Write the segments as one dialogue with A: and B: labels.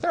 A: there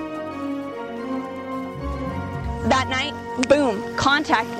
B: That night, boom, contact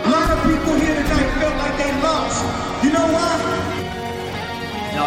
C: A lot of people here tonight felt like they lost. You know why?
D: Now,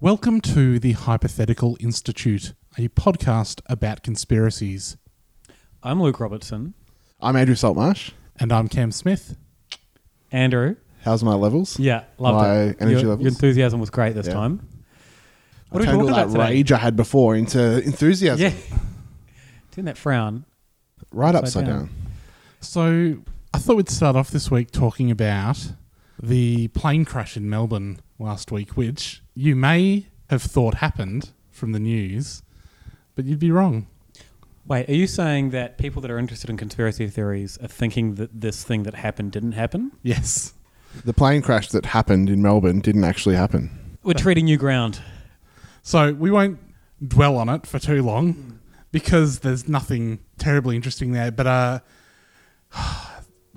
E: Welcome to the Hypothetical Institute, a podcast about conspiracies.
F: I'm Luke Robertson.
G: I'm Andrew Saltmarsh.
E: And I'm Cam Smith.
F: Andrew.
G: How's my levels?
F: Yeah, loved
G: my
F: it.
G: energy
F: your,
G: levels.
F: Your enthusiasm was great this
G: Yeah.
F: time.
G: I
F: What are we
G: turned all
F: talking
G: that
F: about today?
G: rage I had before into enthusiasm.
F: Yeah. Doing that frown.
G: Right
F: Upside
G: upside down.
F: down.
E: So, I thought we'd start off this week talking about the plane crash in Melbourne last week, which you may have thought happened from the news, but you'd be wrong.
F: Wait, are you saying that people that are interested in conspiracy theories are thinking that this thing that happened didn't happen?
E: Yes.
G: The plane crash that happened in Melbourne didn't actually happen.
F: We're treating new ground.
E: So, we won't dwell on it for too long because there's nothing terribly interesting there, but uh,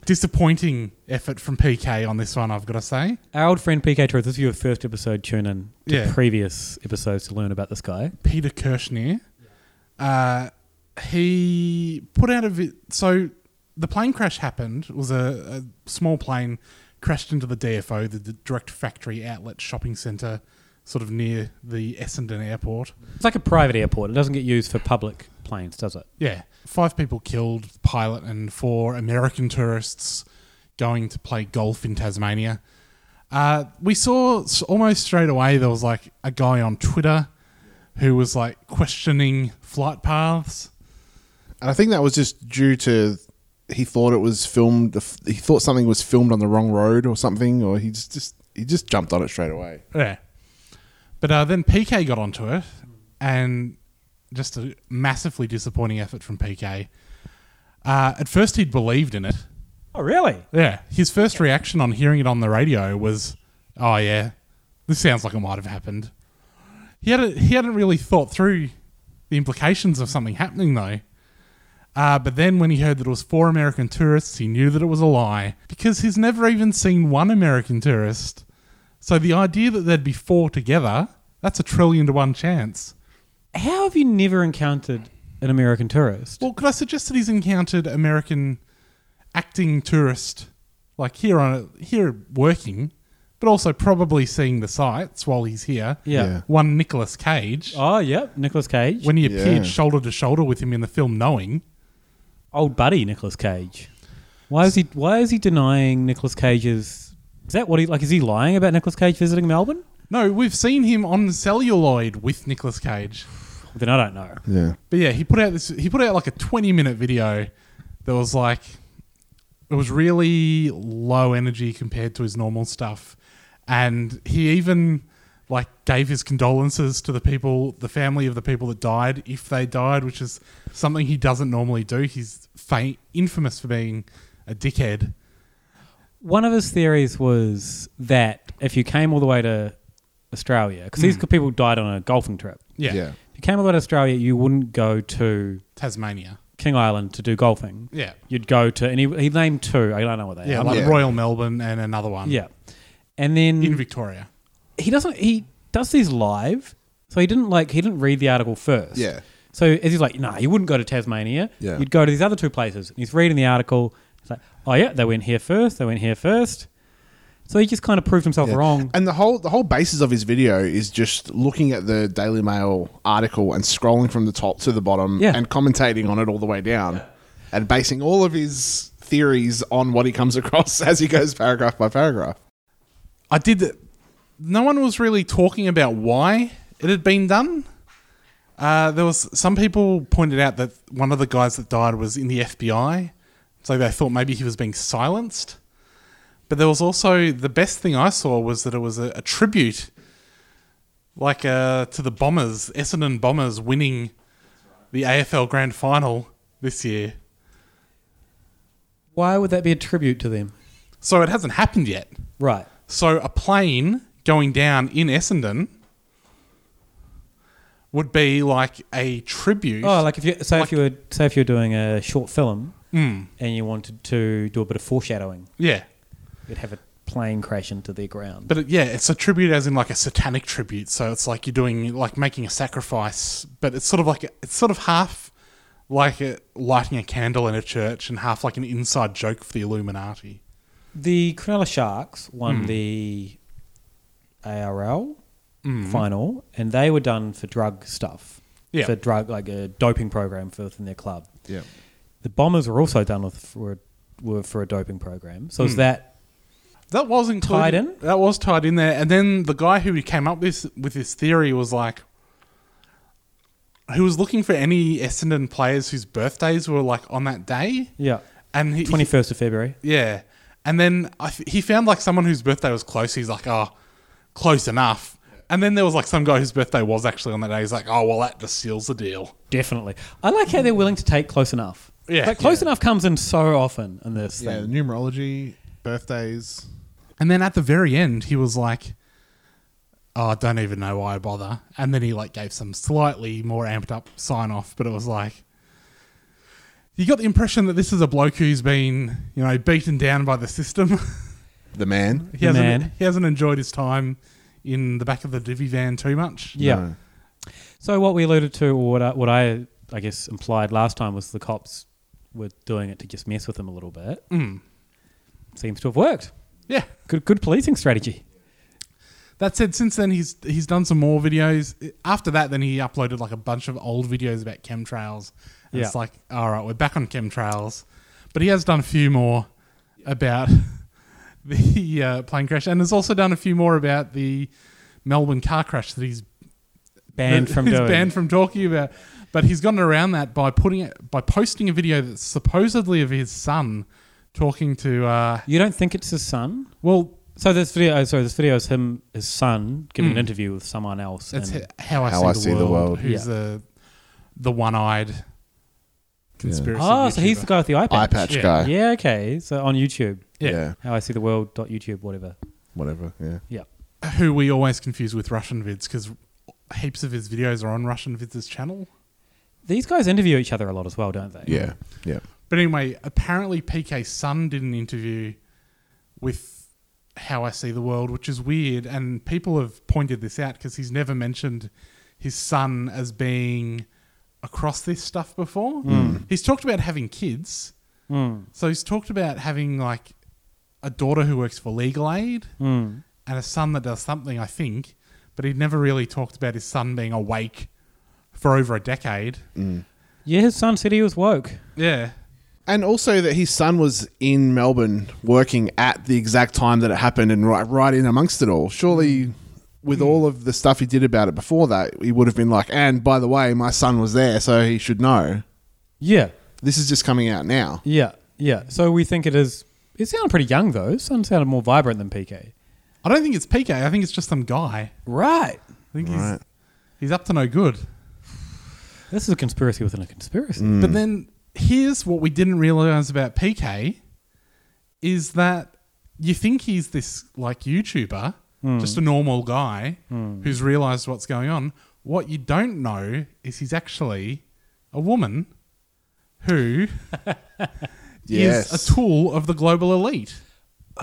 E: disappointing effort from PK on this one, I've got to say.
F: Our old friend PK Truth, this is your first episode. Tune in to
E: Yeah.
F: previous episodes to learn about this guy.
E: Peter Kirschner. Uh, he put out a vi- so the plane crash happened it was a, a small plane crashed into the DFO, the, the direct factory outlet shopping centre, sort of near the Essendon airport.
F: It's like a private airport. It doesn't get used for public planes, does it?
E: Yeah, five people killed, the pilot and four American tourists going to play golf in Tasmania. Uh, we saw s- almost straight away there was like a guy on Twitter who was like questioning flight paths.
G: And I think that was just due to he thought it was filmed. He thought something was filmed on the wrong road or something, or he just, just he just jumped on it straight away.
E: Yeah. But uh, then PK got onto it, and just a massively disappointing effort from PK. Uh, at first, he'd believed in it.
F: Oh, really?
E: Yeah. His first reaction on hearing it on the radio was, "Oh yeah, this sounds like it might have happened." He hadn't he hadn't really thought through the implications of something happening though. Uh, but then when he heard that it was four American tourists, he knew that it was a lie because he's never even seen one American tourist. So the idea that there'd be four together, that's a trillion to one chance.
F: How have you never encountered an American tourist?
E: Well, could I suggest that he's encountered American acting tourist, like here on here working, but also probably seeing the sights while he's here.
F: Yeah. Yeah.
E: One Nicolas Cage.
F: Oh, yep. Nicolas Cage.
E: When he appeared
F: Yeah.
E: shoulder to shoulder with him in the film Knowing.
F: Old buddy Nicolas Cage. Why is he why is he denying Nicolas Cage's Is that what he like is he lying about Nicolas Cage visiting Melbourne?
E: No, we've seen him on celluloid with Nicolas Cage.
F: Then I don't know.
G: Yeah.
E: But yeah, he put out this. He put out like a twenty-minute video that was like, it was really low energy compared to his normal stuff, and he even like gave his condolences to the people, the family of the people that died, if they died, which is something he doesn't normally do. He's fa- infamous for being a dickhead.
F: One of his theories was that if you came all the way to Australia, because these
G: Hmm.
E: Mm.
F: people died on a golfing trip.
E: Yeah. Yeah.
F: If you came all the way to Australia, you wouldn't go to
E: Tasmania.
F: King Island to do golfing.
E: Yeah.
F: You'd go to, and he, he named two. I don't know what they
E: Yeah,
F: are.
E: like Royal Melbourne and another one.
F: Yeah. And then
E: in Victoria,
F: he doesn't. He does these live, so he didn't like. He didn't read the article first.
G: Yeah.
F: So as he's like, nah, you wouldn't go to Tasmania.
G: Yeah.
F: You'd go to these other two places. And he's reading the article. He's like, oh yeah, they went here first. They went here first. So he just kind of proved himself
G: Yeah.
F: wrong.
G: And the whole the whole basis of his video is just looking at the Daily Mail article and scrolling from the top to the bottom
F: Yeah.
G: and commentating on it all the way down and basing all of his theories on what he comes across as he goes paragraph by paragraph.
E: I did. th- No one was really talking about why it had been done. Uh, there was some people pointed out that one of the guys that died was in the FBI, so they thought maybe he was being silenced. But there was also the best thing I saw was that it was a, a tribute, like uh, to the Bombers, Essendon Bombers winning the AFL Grand Final this year.
F: Why would that be a tribute to them?
E: So it hasn't happened yet.
F: Right.
E: So a plane going down in Essendon would be like a tribute.
F: Oh, like if you say if you were say if you were doing a short film
E: Hmm.
F: and you wanted to do a bit of foreshadowing,
E: Yeah.
F: you'd have a plane crash into the ground.
E: But it, yeah, it's a tribute as in like a satanic tribute. So it's like you're doing like making a sacrifice, but it's sort of like it's sort of half like a, lighting a candle in a church and half like an inside joke for the Illuminati.
F: The Cronulla Sharks won
E: Hmm.
F: the ARL
E: Mm.
F: final, and they were done for drug stuff.
E: Yeah.
F: For drug, like a doping program for within their club.
G: Yeah.
F: The Bombers were also done with for, were for a doping program. So is
E: Hmm.
F: that
E: That was included.
F: Tied in?
E: That was tied in there. And then the guy who came up this with this theory was like, who was looking for any Essendon players whose birthdays were like on that day.
F: yeah
E: And he,
F: twenty first of February?
E: Yeah. And then I th- he found like someone whose birthday was close. He's like, oh, close enough. And then there was like some guy whose birthday was actually on that day. He's like, oh, well, that just seals the deal.
F: Definitely. I like how they're willing to take close enough.
E: Yeah,
F: Like close enough comes in so often in this
G: Yeah,
F: thing.
G: numerology, birthdays.
E: And then at the very end, he was like, "Oh, I don't even know why I bother." And then he like gave some slightly more amped up sign off, but it was like, you got the impression that this is a bloke who's been you know beaten down by the system.
G: The man.
E: he hasn't he hasn't enjoyed his time in the back of the divvy van too much.
F: Yeah. So what we alluded to, or what I, what I, I guess, implied last time was the cops were doing it to just mess with him a little bit.
E: Mm.
F: Seems to have worked.
E: Yeah.
F: Good, good policing strategy.
E: That said, since then he's he's done some more videos. After that, then he uploaded like a bunch of old videos about chemtrails. And It's
F: Yeah.
E: like, all right, we're back on chemtrails, but he has done a few more about the uh, plane crash, and has also done a few more about the Melbourne car crash that he's
F: Banned from
E: he's
F: doing.
E: banned from talking about. But he's gotten around that by putting it by posting a video that's supposedly of his son talking to. Uh,
F: You don't think it's his son?
E: Well,
F: so this video, oh, sorry, this video is him, his son, giving
E: Mm.
F: an interview with someone else.
E: That's
F: and-
E: h- how I see, the, world, Who's
F: Yeah.
E: the the one-eyed conspiracy?
F: Oh, so he's the
E: YouTuber.
F: guy with the eye patch.
E: Yeah.
F: Yeah, okay. So on YouTube.
E: Yeah. Yeah.
F: How I see the world. dot YouTube. Whatever.
G: Whatever. Yeah.
F: Yeah.
E: who we always confuse with Russian vids because heaps of his videos are on Russian vids' channel.
F: These guys interview each other a lot as well, don't they?
G: Yeah. Yeah.
E: But anyway, apparently PK's son did an interview with How I See the World, which is weird, and people have pointed this out because he's never mentioned his son as being across this stuff before.
F: Mm.
E: He's talked about having kids.
F: Mm.
E: So he's talked about having like a daughter who works for legal aid
F: Mm.
E: and a son that does something, I think, but he'd never really talked about his son being awake for over a decade.
F: Yeah, his son said he was woke.
E: Yeah.
G: And also that his son was in Melbourne working at the exact time that it happened and right, right in amongst it all.
F: Mm.
G: Surely, with all of the stuff he did about it before that, he would have been like, and by the way, my son was there, so he should know.
F: Yeah.
G: This is just coming out now.
F: Yeah. Yeah. So we think it is. It sounded pretty young though. His son sounded more vibrant than PK.
E: I don't think it's PK. I think it's just some guy.
F: Right.
E: I think
G: Right.
E: he's he's up to no good.
F: This is a conspiracy within a conspiracy.
E: But then here's what we didn't realize about PK is that you think he's this like YouTuber,
F: Mm.
E: just a normal guy
F: Mm.
E: who's realized what's going on. What you don't know is he's actually a woman who
F: Yes.
E: is a tool of the global elite.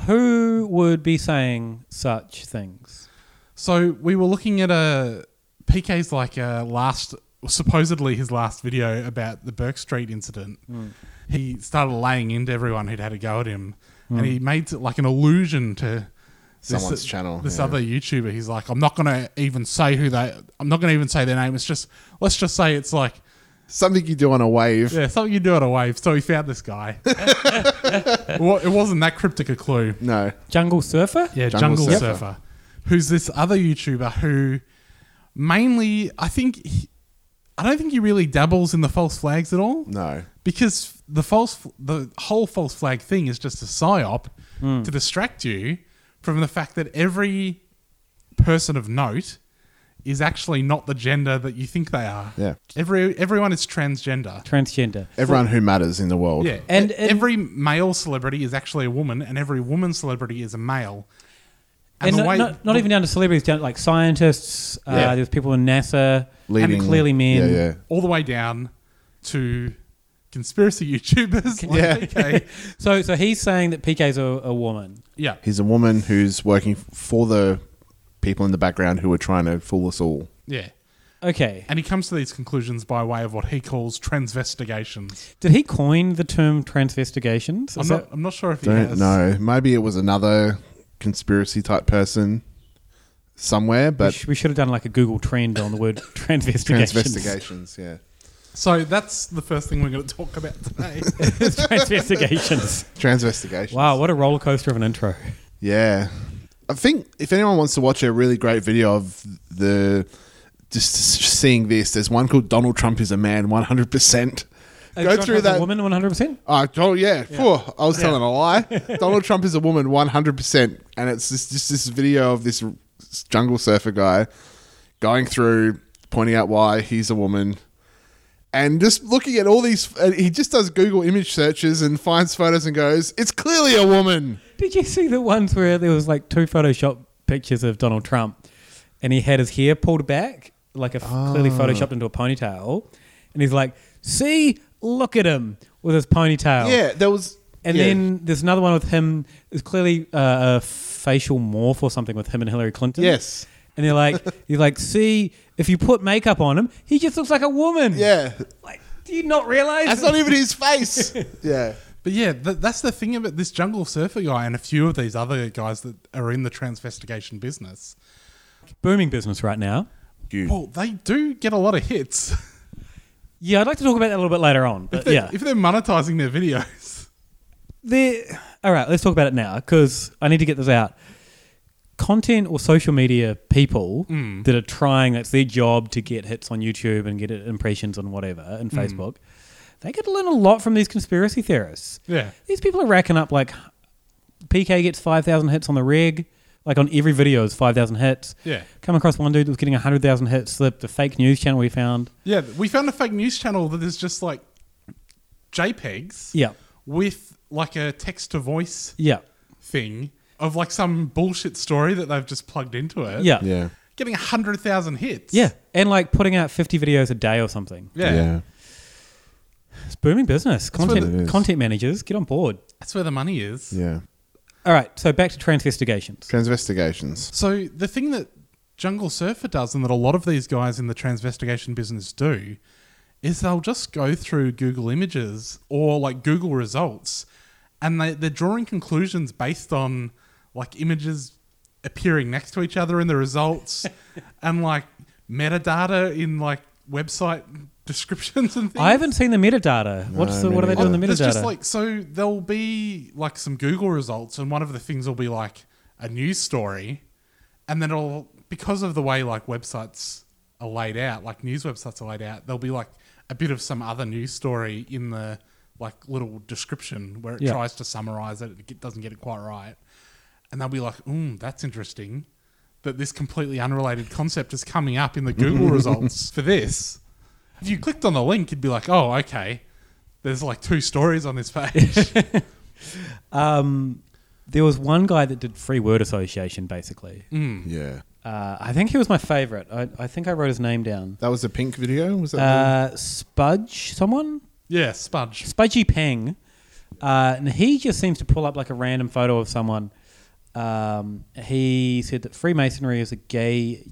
F: Who would be saying such things?
E: So we were looking at a PK's like a last supposedly his last video about the Burke Street incident,
G: Hmm.
H: Mm.
E: he started laying into everyone who'd had a go at him,
H: Mm.
E: and he made it like an allusion to this-
G: Hmm. Someone's channel,
E: This
G: yeah.
E: other YouTuber, he's like, I'm not going to even say who they. I'm not going to even say their name. It's just let's just say it's like
G: something you do on a wave.
E: Yeah, something you do on a wave. So he found this guy. Wa- it wasn't that cryptic a clue.
G: No.
F: Jungle Surfer?
E: Yeah, Jungle, Surfer. who's this other YouTuber who mainly, I think, he- I don't think he really dabbles in the false flags at all.
G: No.
E: Because the false, the whole false flag thing is just a psyop
H: Hmm.
E: to distract you from the fact that every person of note is actually not the gender that you think they are.
G: Yeah.
E: Every everyone is transgender.
F: Transgender.
G: Everyone who matters in the world.
E: Yeah, and, every male celebrity is actually a woman, and every woman celebrity is a male.
F: And,
E: the
F: not,
E: way-
F: not, not even down to celebrities, down to like scientists. Uh,
E: Yeah.
F: There's people in NASA.
G: Leading-
F: and clearly men.
E: all the way down to conspiracy YouTubers. like
F: Yeah.
E: PK.
F: so, so he's saying that PK's a, a woman.
E: Yeah.
G: He's a woman who's working for the people in the background who are trying to fool us all.
E: yeah.
F: Okay.
E: And he comes to these conclusions by way of what he calls transvestigations.
F: Did he coin the term transvestigations?
E: I'm
F: Is
E: not,
F: that-
E: I'm not sure if he
G: Don't
E: has.
G: know. Maybe it was another conspiracy type person somewhere,
F: we,
G: but
F: sh- we should have done like a Google trend on the word transvestigations.
G: Transvestigations, yeah.
E: So that's the first thing we're going to talk about today.
F: transvestigations.
G: Transvestigations.
F: Wow, what a roller coaster of an intro.
G: Yeah. I think if anyone wants to watch a really great video of the just seeing this, there's one called Donald Trump is a man 100%.
F: Uh,
G: Go
F: Trump
G: through
F: was a
G: that.
F: woman 100%?
G: Oh, oh yeah.
F: Yeah.
G: Phew, I was
F: Yeah.
G: telling a lie. Donald Trump is a woman 100%. And it's just, just this video of this r- jungle surfer guy going through, pointing out why he's a woman. And just looking at all these, and he just does Google image searches and finds photos and goes, it's clearly a woman.
F: Did you see the ones where there was like two Photoshop pictures of Donald Trump, and he had his hair pulled back, like a f- clearly
G: Ah.
F: photoshopped into a ponytail, and he's like, "See, look at him with his ponytail."
G: Yeah, there was.
F: And
G: yeah.
F: then there's another one with him. There's clearly uh, a facial morph or something with him and Hillary Clinton.
G: Yes.
F: And they're like, you're like, see, if you put makeup on him, he just looks like a woman.
G: Yeah.
F: Like, do you not realize?
G: That's not even his face. yeah.
E: But yeah, th- that's the thing about this jungle surfer guy and a few of these other guys that are in the transvestigation business.
F: Booming business right now.
E: Well, they do get a lot of hits.
F: Yeah, I'd like to talk about that a little bit later on.
E: If
F: But
E: they're,
F: yeah.
E: if they're monetizing their videos.
F: There. All right, let's talk about it now because I need to get this out. Content or social media people
E: Mm.
F: that are trying, that's their job to get hits on YouTube and get impressions on whatever and
E: Mm.
F: Facebook, they could learn a lot from these conspiracy theorists.
E: Yeah.
F: These people are racking up like PK gets 5,000 hits on the reg, like on every video is 5,000 hits.
E: Yeah.
F: Come across one dude that was getting 100,000 hits, the, the fake news channel we found.
E: Yeah, we found a fake news channel that is just like JPEGs.
F: Yeah.
E: With like a text to voice.
F: Yeah.
E: Thing of like some bullshit story that they've just plugged into it.
F: Yeah. Yeah.
E: Getting hundred thousand hits.
F: Yeah. And like putting out 50 videos a day or something.
E: Yeah. Yeah.
F: It's booming business.
E: That's where
F: Content,
E: the-
F: content managers, get on board.
E: That's where the money is.
G: Yeah.
F: All right, so back to transvestigations.
G: Transvestigations.
E: So the thing that Jungle Surfer does, and that a lot of these guys in the transvestigation business do, is they'll just go through Google Images or like Google results, and they they're drawing conclusions based on like images appearing next to each other in the results, and like metadata in like website descriptions and things.
F: I haven't seen the metadata. What's the, what are they doing in the
E: Oh, There's
F: metadata?
E: just like so there'll be like some Google results, and one of the things will be like a news story, and then it'll because of the way like websites are laid out, like news websites are laid out, there'll be like a bit of some other news story in the like little description where it
F: Yeah.
E: tries to summarize it, it doesn't get it quite right, and they'll be like, "Hmm, that's interesting." That this completely unrelated concept is coming up in the Google results for this. If you clicked on the link, you'd be like, oh, okay. There's like two stories on this page.
F: um, there was one guy that did free word association, basically.
E: Mm.
G: Hmm. Yeah.
F: Uh, I think he was my favorite. I, I think I wrote his name down.
G: That was the pink video? Was that
F: uh, Spudge? Someone?
E: Yeah, Spudge.
F: Spudgy Peng. Uh, and he just seems to pull up like a random photo of someone. Um, he said that Freemasonry is a gay,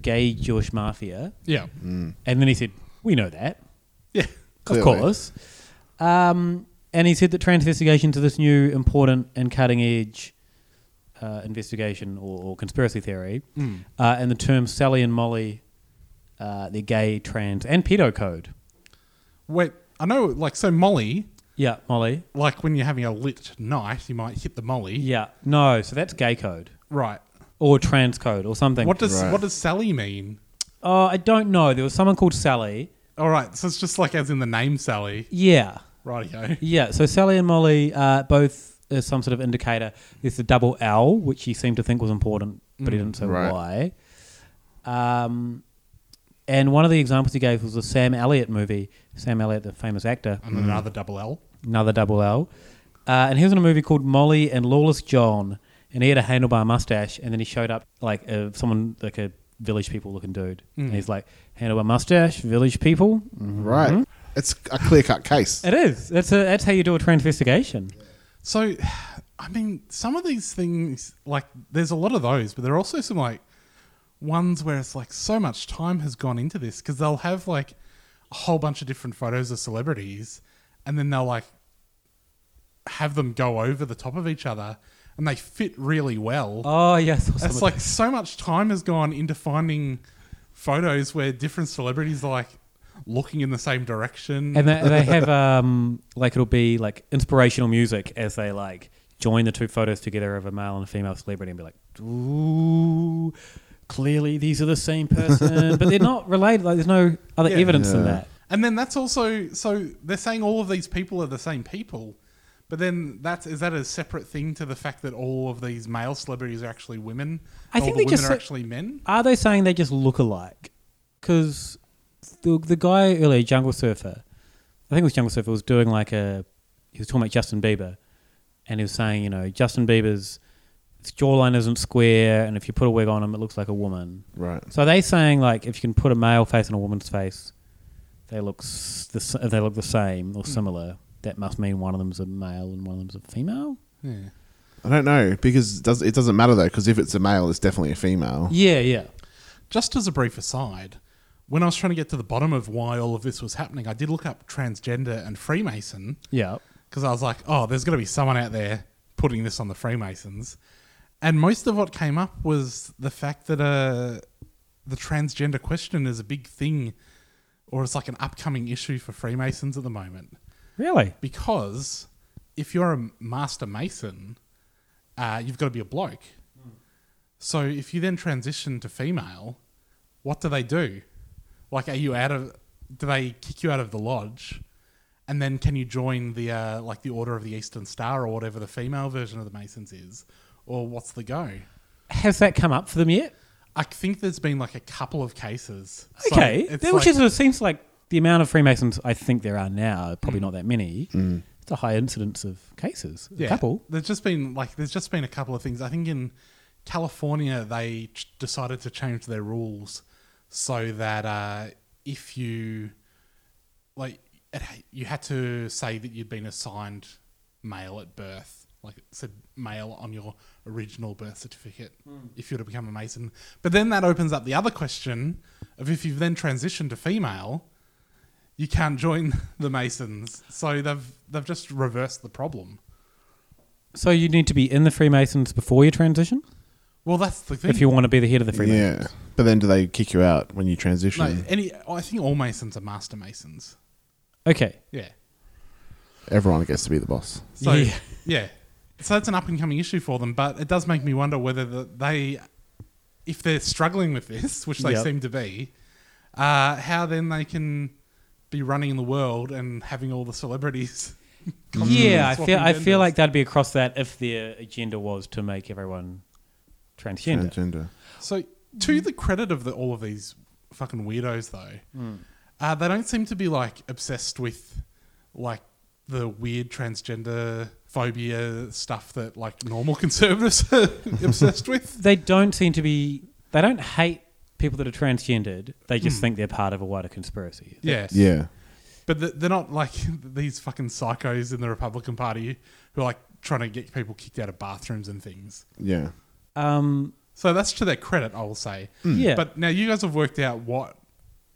F: gay Jewish mafia.
E: Yeah.
F: Mm. And then he said, We know that.
E: Yeah,
F: of
G: clearly.
F: course. Um, and he said that trans investigation to this new important and cutting edge uh, investigation or, or conspiracy theory,
E: Mm.
F: uh, and the terms Sally and Molly, uh, the gay, trans, and pedo code.
E: Wait, I know, like, so Molly.
F: Yeah, Uh, Molly.
E: Like when you're having a lit night, you might hit the Molly.
F: Yeah, no, so that's gay code,
E: Right.
F: Or trans code, or something.
E: What does what does Sally mean?
F: Oh, I don't know. There was someone called Sally.
E: All right, so it's just like as in the name Sally.
F: Yeah.
E: Rightio.
F: Yeah. So Sally and Molly uh, both is some sort of indicator. There's the double L, which he seemed to think was important, but he
E: Mm.
F: didn't say why.
E: Right.
F: Um, and one of the examples he gave was the Sam Elliott movie. Sam Elliott, the famous actor.
E: And then another double L.
F: Another double L. Uh, and he was in a movie called Molly and Lawless John, and he had a handlebar mustache, and then he showed up like a, someone like a village people looking dude, and
G: Mm.
F: he's like handlebar mustache, village people,
G: Right.
F: Mhm.
G: It's a clear cut case.
F: It is. That's a, that's how you do a transvestigation.
E: So, I mean, some of these things, like, there's a lot of those, but there are also some, like, ones where it's like so much time has gone into this because they'll have, like, a whole bunch of different photos of celebrities and then they'll, like, have them go over the top of each other and they fit really well.
F: Oh, yeah. I saw some
E: It's
F: of
E: like so much time has gone into finding photos where different celebrities are, like, looking in the same direction.
F: And they, they have um like it'll be like inspirational music as they like join the two photos together of a male and a female celebrity and be like, ooh, clearly these are the same person, but they're not related. Like there's no other
E: Yeah.
F: evidence than that.
E: And then that's also so they're saying all of these people are the same people, but then that's is that a separate thing to the fact that all of these male celebrities are actually women?
F: I
E: and
F: think
E: all
F: they
E: the women
F: just
E: are actually men.
F: Are they saying they just look alike? Because the the guy earlier, Jungle Surfer, I think it was Jungle Surfer, was doing like a he was talking about Justin Bieber, and he was saying, you know, Justin Bieber's jawline isn't square, and if you put a wig on him, it looks like a woman.
G: Right.
F: So are they saying like if you can put a male face on a woman's face, they look s- the s- they look the same
E: Hmm.
F: or similar. That must mean one of them's a male and one of them's a female.
E: Yeah.
G: I don't know because it, does, it doesn't matter though because if it's a male, it's definitely a female.
F: Yeah, yeah.
E: Just as a brief aside, when I was trying to get to the bottom of why all of this was happening, I did look up transgender and Freemason.
F: Yeah.
E: Because I was like, oh, there's got to be someone out there putting this on the Freemasons. And most of what came up was the fact that uh, the transgender question is a big thing, or it's like an upcoming issue for Freemasons at the moment.
F: Really?
E: Because if you're a master mason, uh, you've got to be a bloke. So if you then transition to female, what do they do? Like, are you out of? Do they kick you out of the lodge? And then can you join the uh, like the Order of the Eastern Star or whatever the female version of the Masons is, or what's the go?
F: Has that come up for them yet?
E: I think there's been like a couple of cases. So
F: Okay,
E: it's
F: That- which
E: like-
F: is, it seems like the amount of Freemasons I think there are now probably
E: Mm.
F: not that many. It's a high incidence of cases. A couple.
E: There's just been like there's just been a couple of things. I think in California they ch- decided to change their rules so that uh, if you like it, ha- you had to say that you'd been assigned male at birth, like it said male on your original birth certificate if you were to become a mason. But then that opens up the other question of if you've then transitioned to female, you can't join the masons. So they've they've just reversed the problem.
F: So you need to be in the Freemasons before you transition
E: Well, that's the thing.
F: if you want to be the head of the Freemasons.
G: Yeah. But then do they kick you out when you
E: no,
G: transition?
E: any, I think all masons are master masons.
F: Okay.
E: Yeah.
G: Everyone gets to be the boss.
E: So yeah. So that's an up and coming issue for them, but it does make me wonder whether the, they, if they're struggling with this, which they
G: Yep.
E: seem to be, uh, how then they can be running the world and having all the celebrities. constantly
F: Yeah, I
E: swapping
F: feel I
E: genders.
F: feel like that'd be across that if their agenda was to make everyone transgender.
G: Transgender.
E: So, to the credit of the, all of these fucking weirdos, though,
F: Mm.
E: uh, they don't seem to be like obsessed with like the weird transgender phobia stuff that like normal conservatives are obsessed with.
F: They don't seem to be. They don't hate people that are transgendered. They just
E: Mm.
F: think they're part of a wider conspiracy.
E: Yeah.
F: That's-
G: Yeah.
E: But th- they're not like these fucking psychos in the Republican Party who are like trying to get people kicked out of bathrooms and things.
G: Yeah.
F: Um,
E: so that's to their credit, I will say.
F: Mm. Yeah.
E: But now you guys have worked out what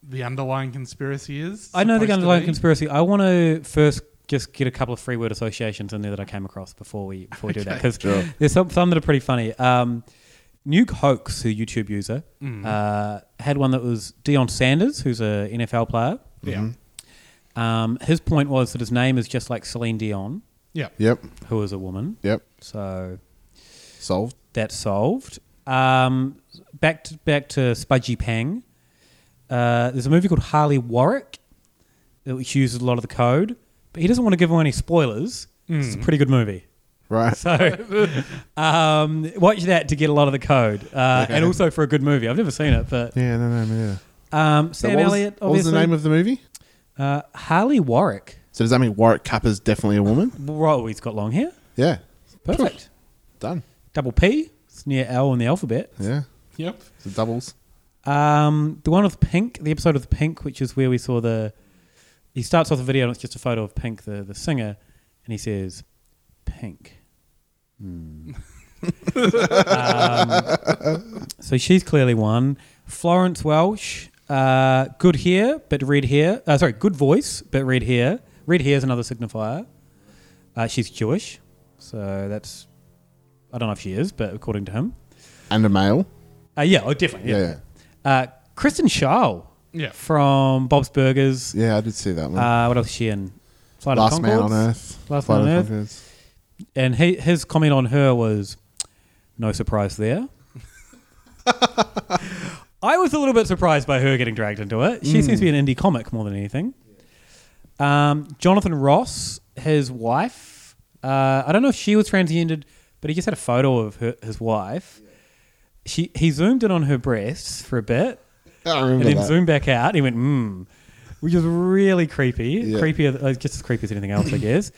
E: the underlying conspiracy is.
F: I know
E: supposed
F: the
E: to
F: underlying
E: be?
F: conspiracy. I want to first just get a couple of free word associations in there that I came across before we before we do that
I: Okay.
F: because
I: Sure.
F: there's some, some that are pretty funny. Um, Nuke Hoax, who YouTube user,
I: Mm.
F: uh, had one that was Deion Sanders, who's a NFL player.
E: Yeah. Mhm.
F: Um, his point was that his name is just like Celine Dion.
E: Yep.
G: Yep.
F: Who is a woman.
G: Yep.
F: So
G: solved.
F: That's solved. Um, back to, back to Spudgy Pang. Uh, there's a movie called Harley Warwick, which uses a lot of the code, but he doesn't want to give away any spoilers. It's a
I: Mm.
F: pretty good movie.
G: Right.
F: So um, watch that to get a lot of the code, uh,
G: Okay.
F: and also for a good movie. I've never seen it, but
G: Yeah, no, no, yeah.
F: um,
G: So
F: Sam
G: what was-
F: Elliott.
G: what was the
F: obviously.
G: name of the movie?
F: Uh, Harley Warwick.
G: So does that mean Warwick Kappa's definitely a woman?
F: Whoa, he's got long hair.
G: Yeah.
F: Perfect.
G: Done.
F: Double P. It's near L in the alphabet.
G: Yeah.
E: Yep.
G: So doubles.
F: Um, the one with Pink, the episode with Pink, which is where we saw the. He starts off the video and it's just a photo of Pink, the, the singer, and he says, Pink. Hmm. um, so she's clearly one. Florence Welsh, uh, good hair, but red hair. Uh, sorry, good voice, but red hair. Red hair is another signifier. Uh, she's Jewish, so that's. I don't know if she is, but according to him.
G: And a male.
F: Uh, yeah, oh, definitely. Yeah. Uh, Kristen Schaal.
E: Yeah.
F: From Bob's Burgers.
G: Yeah, I did see that one.
F: Uh, what else is she in? Flight
G: Last
F: of the
G: Man
F: Conchords?
G: on Earth.
F: Last
G: Flight
F: Man on
G: of
F: Earth.
G: the Conchords.
F: And he, his comment on her was, no surprise there. I was a little bit surprised by her getting dragged into it. She
I: Mm.
F: seems to be an indie comic more than anything. Um, Jonathan Ross, his wife, uh, I don't know if she was transgendered, but he just had a photo of her, his wife. She he zoomed in on her breasts for a bit,
G: I remember
F: and then
G: that.
F: zoomed back out. And he went, "Hmm," which is really creepy.
G: Yeah.
F: Creepier, th- uh, just as creepy as anything else, I guess.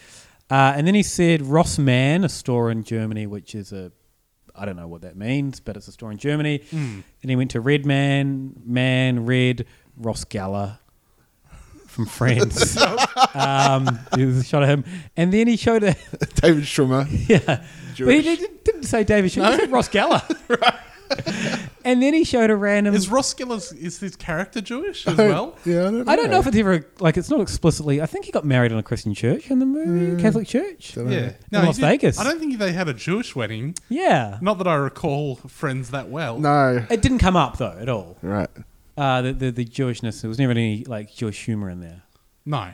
F: Uh, and then he said Ross Mann, a store in Germany, which is a I don't know what that means, but it's a store in Germany.
I: Mm.
F: And he went to Red Man, Man Red, Ross Geller from Friends. um, it was a shot of him, and then he showed a
G: David Schwimmer.
F: Yeah, but he
G: Jewish.
F: didn't, didn't say David Schwimmer. He said Ross Geller. And then he showed a random.
E: Is Ross Gillis, is his character Jewish
F: Oh,
E: as well?
G: Yeah, I
F: I don't know if it's ever like it's not explicitly. I think he got married in a Christian church in the movie, Catholic church.
E: Yeah.
F: in
E: he
F: Las
E: did-
F: Vegas.
E: I don't think they had a Jewish wedding.
F: Yeah.
E: Not that I recall friends that well.
G: No.
F: It didn't come up though at all.
G: Right.
F: Uh, the, the the Jewishness. There was never any like Jewish humor in there.
E: No.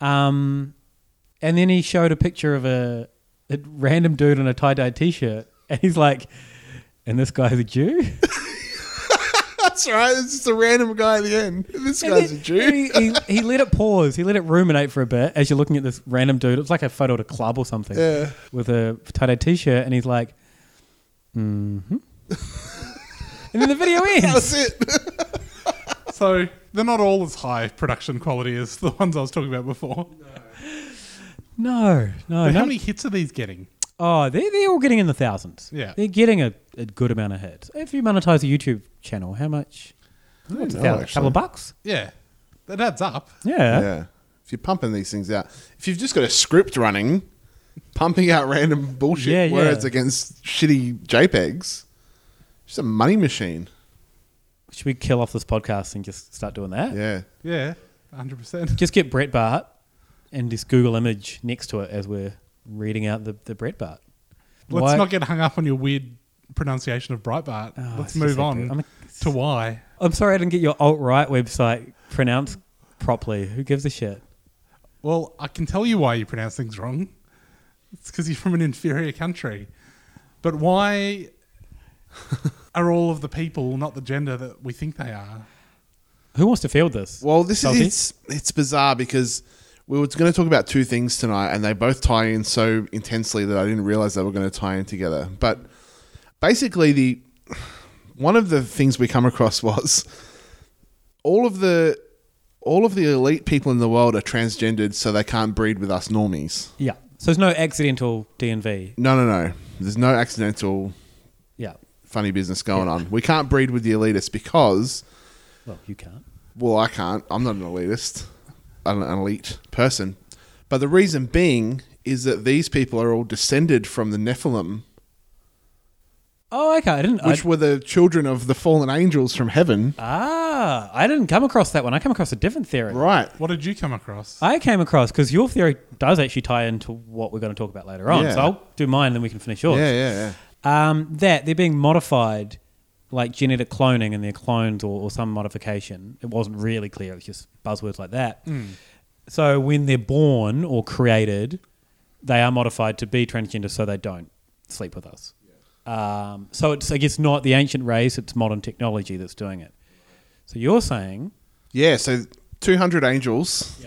F: Um, and then he showed a picture of a, a random dude in a tie dye t shirt, and he's like, "And this guy's a Jew."
G: That's right. It's just a random guy at the end. This guy's a Jew.
F: he, he, he let it pause. He let it ruminate for a bit as you're looking at this random dude. It's like a photo at a club or something.
G: Yeah.
F: With a tie dye t shirt, and he's like, hmm and then the video ends.
G: That's it.
E: so they're not all as high production quality as the ones I was talking about before.
F: "No, no."
E: But
F: no.
E: how many hits are these getting?
F: Oh, they're, they're all getting in the thousands.
E: Yeah.
F: They're getting a, a good amount of hits. If you monetize a YouTube channel, how much? What's a
G: know,
F: thou-
G: actually.
F: couple of bucks?
E: Yeah. That adds up.
F: Yeah.
G: If you're pumping these things out, if you've just got a script running, pumping out random bullshit
F: Yeah, yeah.
G: words against shitty JPEGs, just a money machine.
F: Should we kill off this podcast and just start doing that?
G: Yeah.
E: Yeah. 100%.
F: Just get Brett Bart and this Google image next to it as we're reading out the, the Brett Bart.
E: Let's not get hung up on your weird pronunciation of Breitbart. Let's
F: Oh, it's just like
E: move on
F: the- I'm
E: to why.
F: I'm sorry I didn't get your alt right website pronounced properly. Who gives a shit?
E: Well, I can tell you why you pronounce things wrong. It's because you're from an inferior country. But why are all of the people not the gender that we think they are?
F: Who wants to field this?
G: Well, this is
F: Selfie?
G: it's, it's bizarre because we were going to talk about two things tonight, and they both tie in so intensely that I didn't realize they were going to tie in together. But basically, the one of the things we come across was all of the all of the elite people in the world are transgendered, so they can't breed with us normies.
F: Yeah. So there's no accidental DNV.
G: No, no, no. There's no accidental,
F: Yeah.
G: funny business going on. We can't breed with the elitists because,
F: Well, you can't.
G: well, I can't. I'm not an elitist. I'm an elite person. But the reason being is that these people are all descended from the Nephilim,
F: Oh, okay. I didn't. I-
G: which were the children of the fallen angels from heaven.
F: ah, Ah, I didn't come across that one. I come across a different theory.
G: Right.
E: What did you come across?
F: I came across because your theory does actually tie into what we're going to talk about later on.
G: Yeah.
F: So I'll do mine, then we can finish yours.
G: Yeah, yeah,
F: yeah. Um, that they're being modified, like genetic cloning, and they're clones or, or some modification. It wasn't really clear. It was just buzzwords like that.
E: Mm.
F: So when they're born or created, they are modified to be transgender, so they don't sleep with us. Um, so it's I guess not the ancient race; it's modern technology that's doing it. So you're saying
G: Yeah, so 200 angels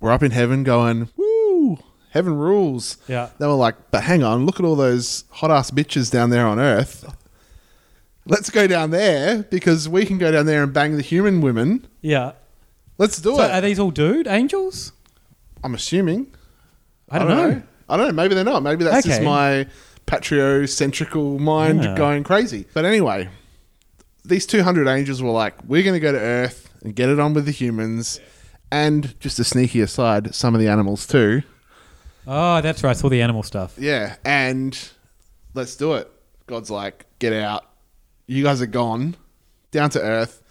G: were up in heaven going, woo, heaven rules.
F: Yeah.
G: They were like, but hang on, look at all those hot ass bitches down there on earth. Let's go down there because we can go down there and bang the human women.
F: Yeah.
G: Let's do
F: So
G: it.
F: are these all dude angels?
G: I'm assuming.
F: I don't know.
G: I don't know. Maybe they're not. Maybe that's just
F: Okay.
G: my patriocentrical mind
F: Yeah.
G: going crazy. But anyway, these 200 angels were like, we're going to go to Earth and get it on with the humans. And just a sneaky aside, some of the animals too.
F: Oh, that's right. It's all the animal stuff.
G: Yeah. And let's do it. God's like, get out. You guys are gone. Down to Earth.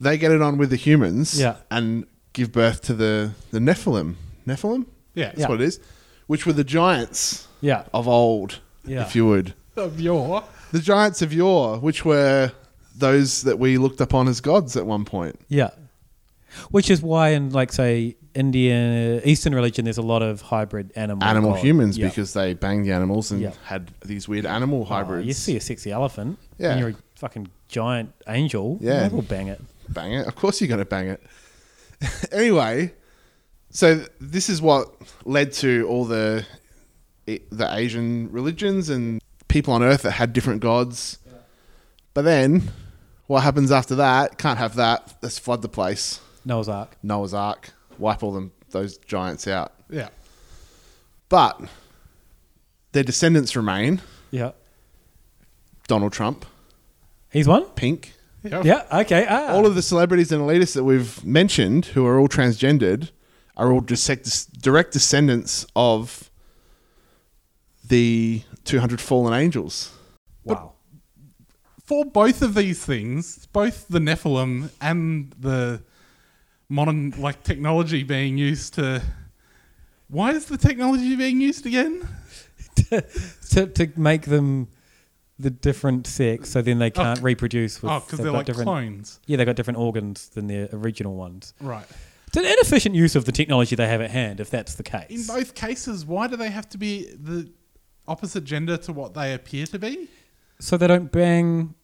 G: They get it on with the humans
F: Yeah.
G: and give birth to the, the Nephilim. Nephilim?
E: Yeah.
G: That's
E: Yeah.
G: what it is. Which were the giants
F: yeah.
G: of old,
E: Yeah.
G: if you would.
E: Of your.
G: The giants of yore, which were those that we looked upon as gods at one point.
F: Yeah. Which is why in like say Indian uh, Eastern religion there's a lot of hybrid animal
G: Animal
F: god.
G: humans,
F: Oh, Yeah.
G: because they banged the animals and
F: Yeah. Oh,
G: had these weird animal hybrids.
F: you see a sexy elephant
G: Yeah.
F: and you're a fucking giant angel.
G: Yeah.
F: We'll bang it.
G: Bang it. Of course you're going to bang it. anyway, so th- this is what led to all the i- the Asian religions and people on earth that had different gods. But then what happens after that? Can't have that. Let's flood the place.
F: Noah's Ark.
G: Noah's Ark. Wipe all them those giants out.
E: Yeah.
G: But their descendants remain.
F: Yeah.
G: Donald Trump.
F: He's one?
G: Pink.
E: Oh.
F: Yeah, okay. Ah.
G: All of the celebrities and elitists that we've mentioned who are all transgendered are all desec- direct descendants of the 200 fallen angels.
F: Wow.
E: For both of these things, both the Nephilim and the modern like technology being used to why is the technology being used again?
F: to to make them the different sex, so then they can't reproduce with
E: oh, 'cause
F: they've
E: they're
F: got
E: like clones.
F: Yeah, they've got different organs than their original ones.
E: Right.
F: It's an inefficient use of the technology they have at hand, if that's the case.
E: In both cases, why do they have to be the opposite gender to what they appear to be?
F: so they don't bang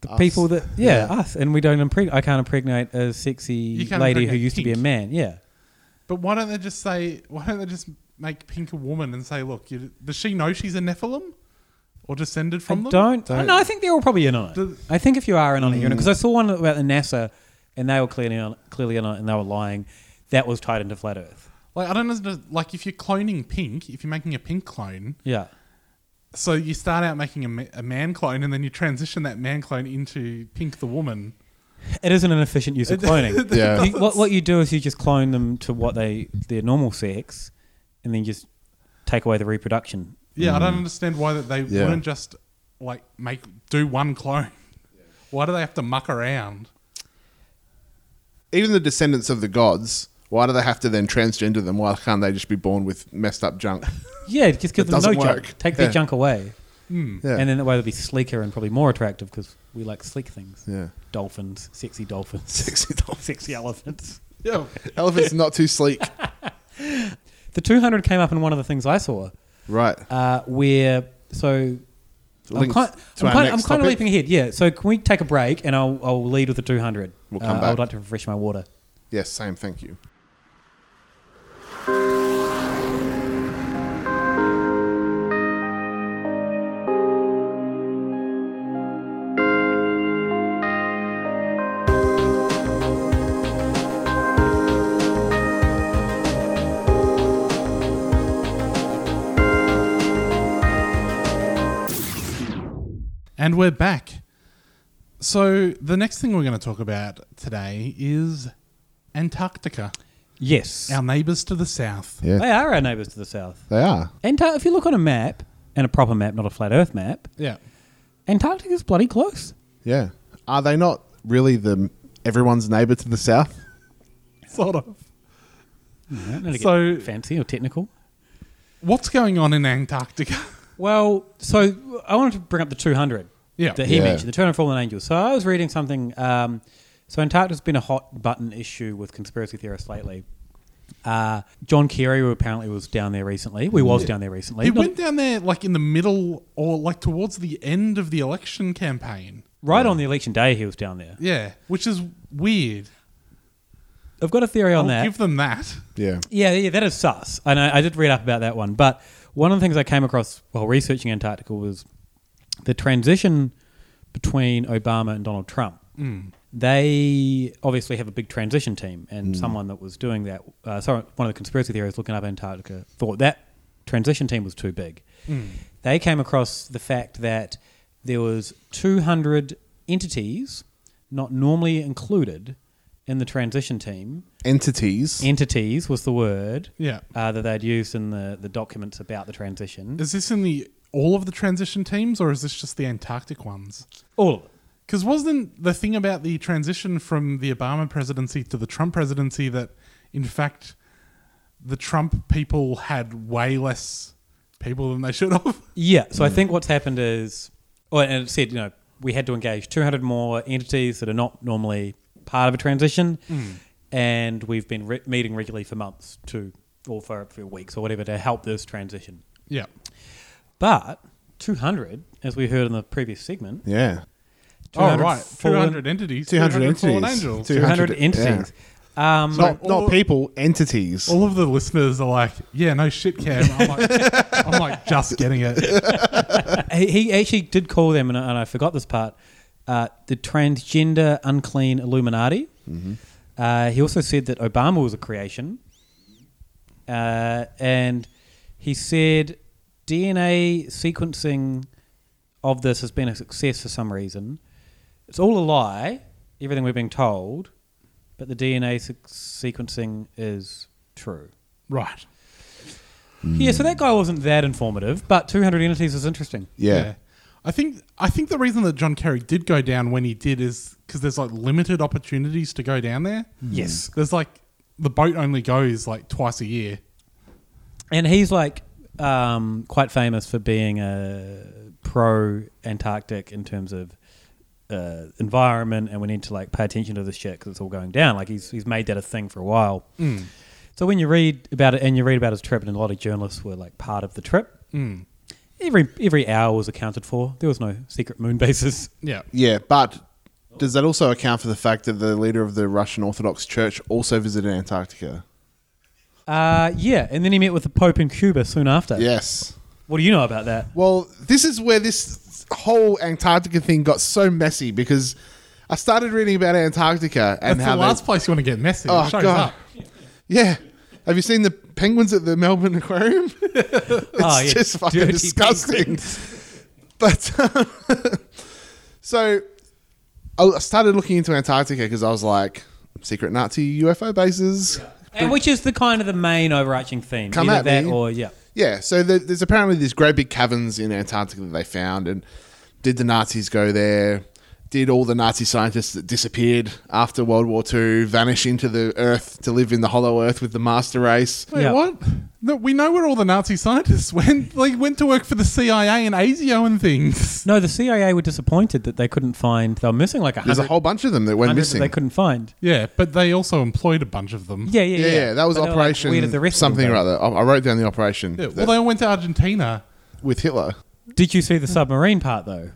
F: the
E: Us.
F: people that yeah,
E: Yeah.
F: us and we don't impregnate I can't impregnate a sexy
E: You can't
F: lady who
E: impregnate
F: used to be a
E: pink.
F: man yeah
E: But why don't they just say? Why don't they just make Pink a woman and say, "Look, you, does she know she's a Nephilim, or descended from them?"
F: don't, oh, no I think they're all probably in on it
E: Do-
F: I think if you are in on it you're in because
E: Mm.
F: I saw one about the NASA and they were clearly on, clearly in on it and they were lying that was tied into flat Earth
E: Like I don't know. Like if you're cloning Pink, if you're making a Pink clone,
F: yeah
E: so you start out making a, ma- a man clone and then you transition that man clone into Pink the woman.
F: it is an inefficient use of
E: It-
F: cloning
E: Yeah.
F: You- what what you do is you just clone them to what they their normal sex and then just take away the reproduction
E: Yeah, I
G: Mm.
E: don't understand why that they
F: Yeah.
E: wouldn't just like make do one clone. Why do they have to muck around?
G: Even the descendants of the gods, why do they have to then transgender them? Why can't they just be born with messed up junk?
F: Yeah, just give
G: That
F: them no
G: doesn't
F: junk.
G: work.
F: Take their
G: Yeah.
F: junk away.
E: Hmm.
G: Mm. Yeah.
F: And then that way they'll be sleeker and probably more attractive because we like sleek things.
G: Yeah.
F: Dolphins, sexy dolphins.
G: Sexy dolphins.
F: Sexy elephants.
E: Yeah.
G: Elephants are not too sleek.
F: The 200 came up in one of the things I saw.
G: Right.
F: Uh, where, so. I'm
G: Links
F: kind,
G: to
F: I'm,
G: our
F: kind, I'm
G: next
F: kind of
G: topic.
F: leaping ahead, yeah. So can we take a break and I'll, I'll lead with the 200.
G: We'll come
F: I would
G: back.
F: like to refresh my water.
G: Yes, same. Thank you.
E: And we're back. So the next thing we're going to talk about today is Antarctica.
F: Yes.
E: Our neighbours to the south.
G: Yeah.
F: They are our neighbours to the south.
G: They are.
F: Antar- if you look on a map, and a proper map, not a flat earth map,
E: Yeah.
F: Antarctica's bloody close.
G: Yeah. Are they not really the everyone's neighbor to the south.
E: sort of.
F: so fancy or technical.
E: What's going on in Antarctica?
F: Well, so I wanted to bring up the 200.
E: Yeah.
F: That he
E: Yeah.
F: mentioned, the 200 fallen angels. So I was reading something. Um, so Antarctica's been a hot button issue with conspiracy theorists lately. Uh, John Kerry, who apparently was down there recently. We was
E: Yeah.
F: down there recently.
E: He
F: Not-
E: went down there like in the middle or like towards the end of the election campaign.
F: right on the election day, he was down there.
E: Yeah, which is weird.
F: I've got a theory on
E: I'll
F: that.
E: Give them that.
G: Yeah.
F: Yeah, yeah, that is sus. And I, I did read up about that one. But one of the things I came across while researching Antarctica was the transition between Obama and Donald Trump.
E: Mm.
F: They obviously have a big transition team, and
E: Mm.
F: someone that was doing that, uh, sorry, one of the conspiracy theories looking up Antarctica thought that transition team was too big.
E: Mm.
F: They came across the fact that there was 200 entities not normally included in the transition team
G: Entities.
F: entities was the word
E: Yeah.
F: uh, that they'd used in the, the documents about the transition.
E: Is this in the all of the transition teams, or is this just the Antarctic ones?
F: All.
E: Because wasn't the thing about the transition from the Obama presidency to the Trump presidency that, in fact, the Trump people had way less people than they should have?
F: Yeah, so
E: Mm.
F: I think what's happened is, well, and it said, you know, we had to engage 200 more entities that are not normally part of a transition,
E: Mm.
F: and we've been re- meeting regularly for months to, or for, for weeks or whatever, to help this transition.
E: Yeah.
F: But 200, as we heard in the previous segment,
G: Yeah.
E: Oh, right.
F: fallen-
E: 200 entities.
G: 200
E: fallen
G: entities.
E: angels.
F: 200
G: yeah.
F: entities. Um,
G: not,
E: Sorry, all-
G: not people, entities.
E: All of the listeners are like, yeah, no shit, Cam. I'm like, I'm like just getting it.
F: he, he actually did call them, and I, and I forgot this part, uh, the transgender unclean Illuminati.
G: Mhm.
F: Uh, he also said that Obama was a creation, uh, and he said DNA sequencing of this has been a success for some reason. It's all a lie, everything we're being told, but the DNA se- sequencing is true.
E: Right.
F: Yeah, so that guy wasn't that informative, but 200 entities is interesting.
E: I think I think the reason that John Kerry did go down when he did is because there's like limited opportunities to go down there.
F: Yes.
E: There's like the boat only goes like twice a year.
F: And he's like um, quite famous for being a pro Antarctic in terms of uh, environment, and we need to like pay attention to this shit because it's all going down. Like he's he's made that a thing for a while.
E: Mm.
F: So when you read about it and you read about his trip, and a lot of journalists were like part of the trip.
E: Mm.
F: Every every hour was accounted for. There was no secret moon bases.
E: Yeah.
G: Yeah, but does that also account for the fact that the leader of the Russian Orthodox Church also visited Antarctica?
F: Uh, yeah, and then he met with the Pope in Cuba soon after.
G: Yes.
F: What do you know about that?
G: Well, this is where this whole Antarctica thing got so messy because I started reading about Antarctica and
E: That's
G: how
E: the
G: they-
E: last place you want to get messy.
G: Oh,
E: it shows
G: God.
E: up.
G: Yeah. Have you seen the penguins at the Melbourne Aquarium? it's
F: Oh, yeah,
G: just fucking
F: dirty
G: disgusting. But um, so I I started looking into Antarctica because I was like, secret Nazi UFO bases.
F: And which is the kind of the main overarching theme.
G: Come
F: Either
G: at
F: that
G: me.
F: or yeah.
G: Yeah, so there, there's apparently these great big caverns in Antarctica that they found, and did the Nazis go there? Did all the Nazi scientists that disappeared after World War II vanish into the earth to live in the hollow earth with the master race?
E: Wait, what? No, we know where all the Nazi scientists went. They went to work for the CIA and ASIO and things.
F: No, the CIA were disappointed that they couldn't find. They were missing like a hundred.
G: There's a whole bunch of them that went
F: 100
G: missing.
F: they couldn't find.
E: Yeah, but they also employed a bunch of them.
F: Yeah, yeah, yeah.
G: that was
F: But they were like,
G: Operation
F: where did the rest of them
G: something
F: go?
G: or other. I, I wrote down the operation
E: Yeah, well,
G: that-
E: they all went to Argentina.
G: with Hitler.
F: Did you see the submarine part though?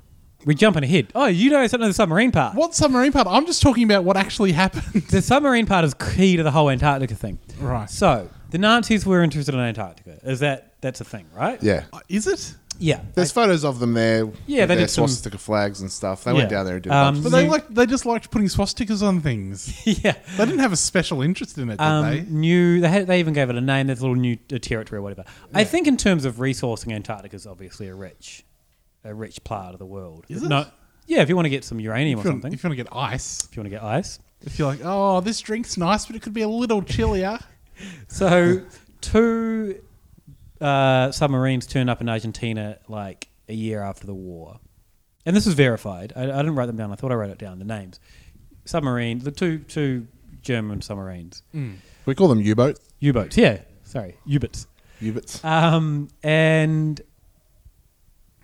F: We're jumping ahead. Oh, you guys don't know the submarine part.
E: What submarine part? I'm just talking about what actually happened.
F: The submarine part is key to the whole Antarctica thing.
E: Right.
F: So the Nazis were interested in Antarctica. Is that that's a thing, right?
G: Yeah.
E: Is it?
F: Yeah.
G: There's photos of them there. with
F: Yeah, they
G: their
F: did some-
G: swastika flags and stuff. They
F: Yeah.
G: went down there and did a
F: Um,
G: bunch
E: But
G: of
E: they
G: stuff.
E: like they just liked putting swastikas on things.
F: yeah,
E: they didn't have a special interest in it, did
F: um,
E: they?
F: New. They, had, they even gave it a name. There's a little new uh, territory or whatever. I think in terms of resourcing, Antarctica is obviously a rich, a rich part of the world.
E: Is it?
F: No. Yeah, if you want to get some uranium
E: If
F: or
E: you want-
F: something,
E: if you want to get ice,
F: if you want to get ice.
E: if you're like, oh, this drink's nice, but it could be a little chillier.
F: So two uh, submarines turned up in Argentina like a year after the war, and this was verified. I, I didn't write them down. I thought I wrote it down. The names.
E: submarine, the two two German submarines.
G: Mm. We call them U-boats.
E: U-boats, yeah. Sorry, U-boats.
G: U-boats.
E: Um, and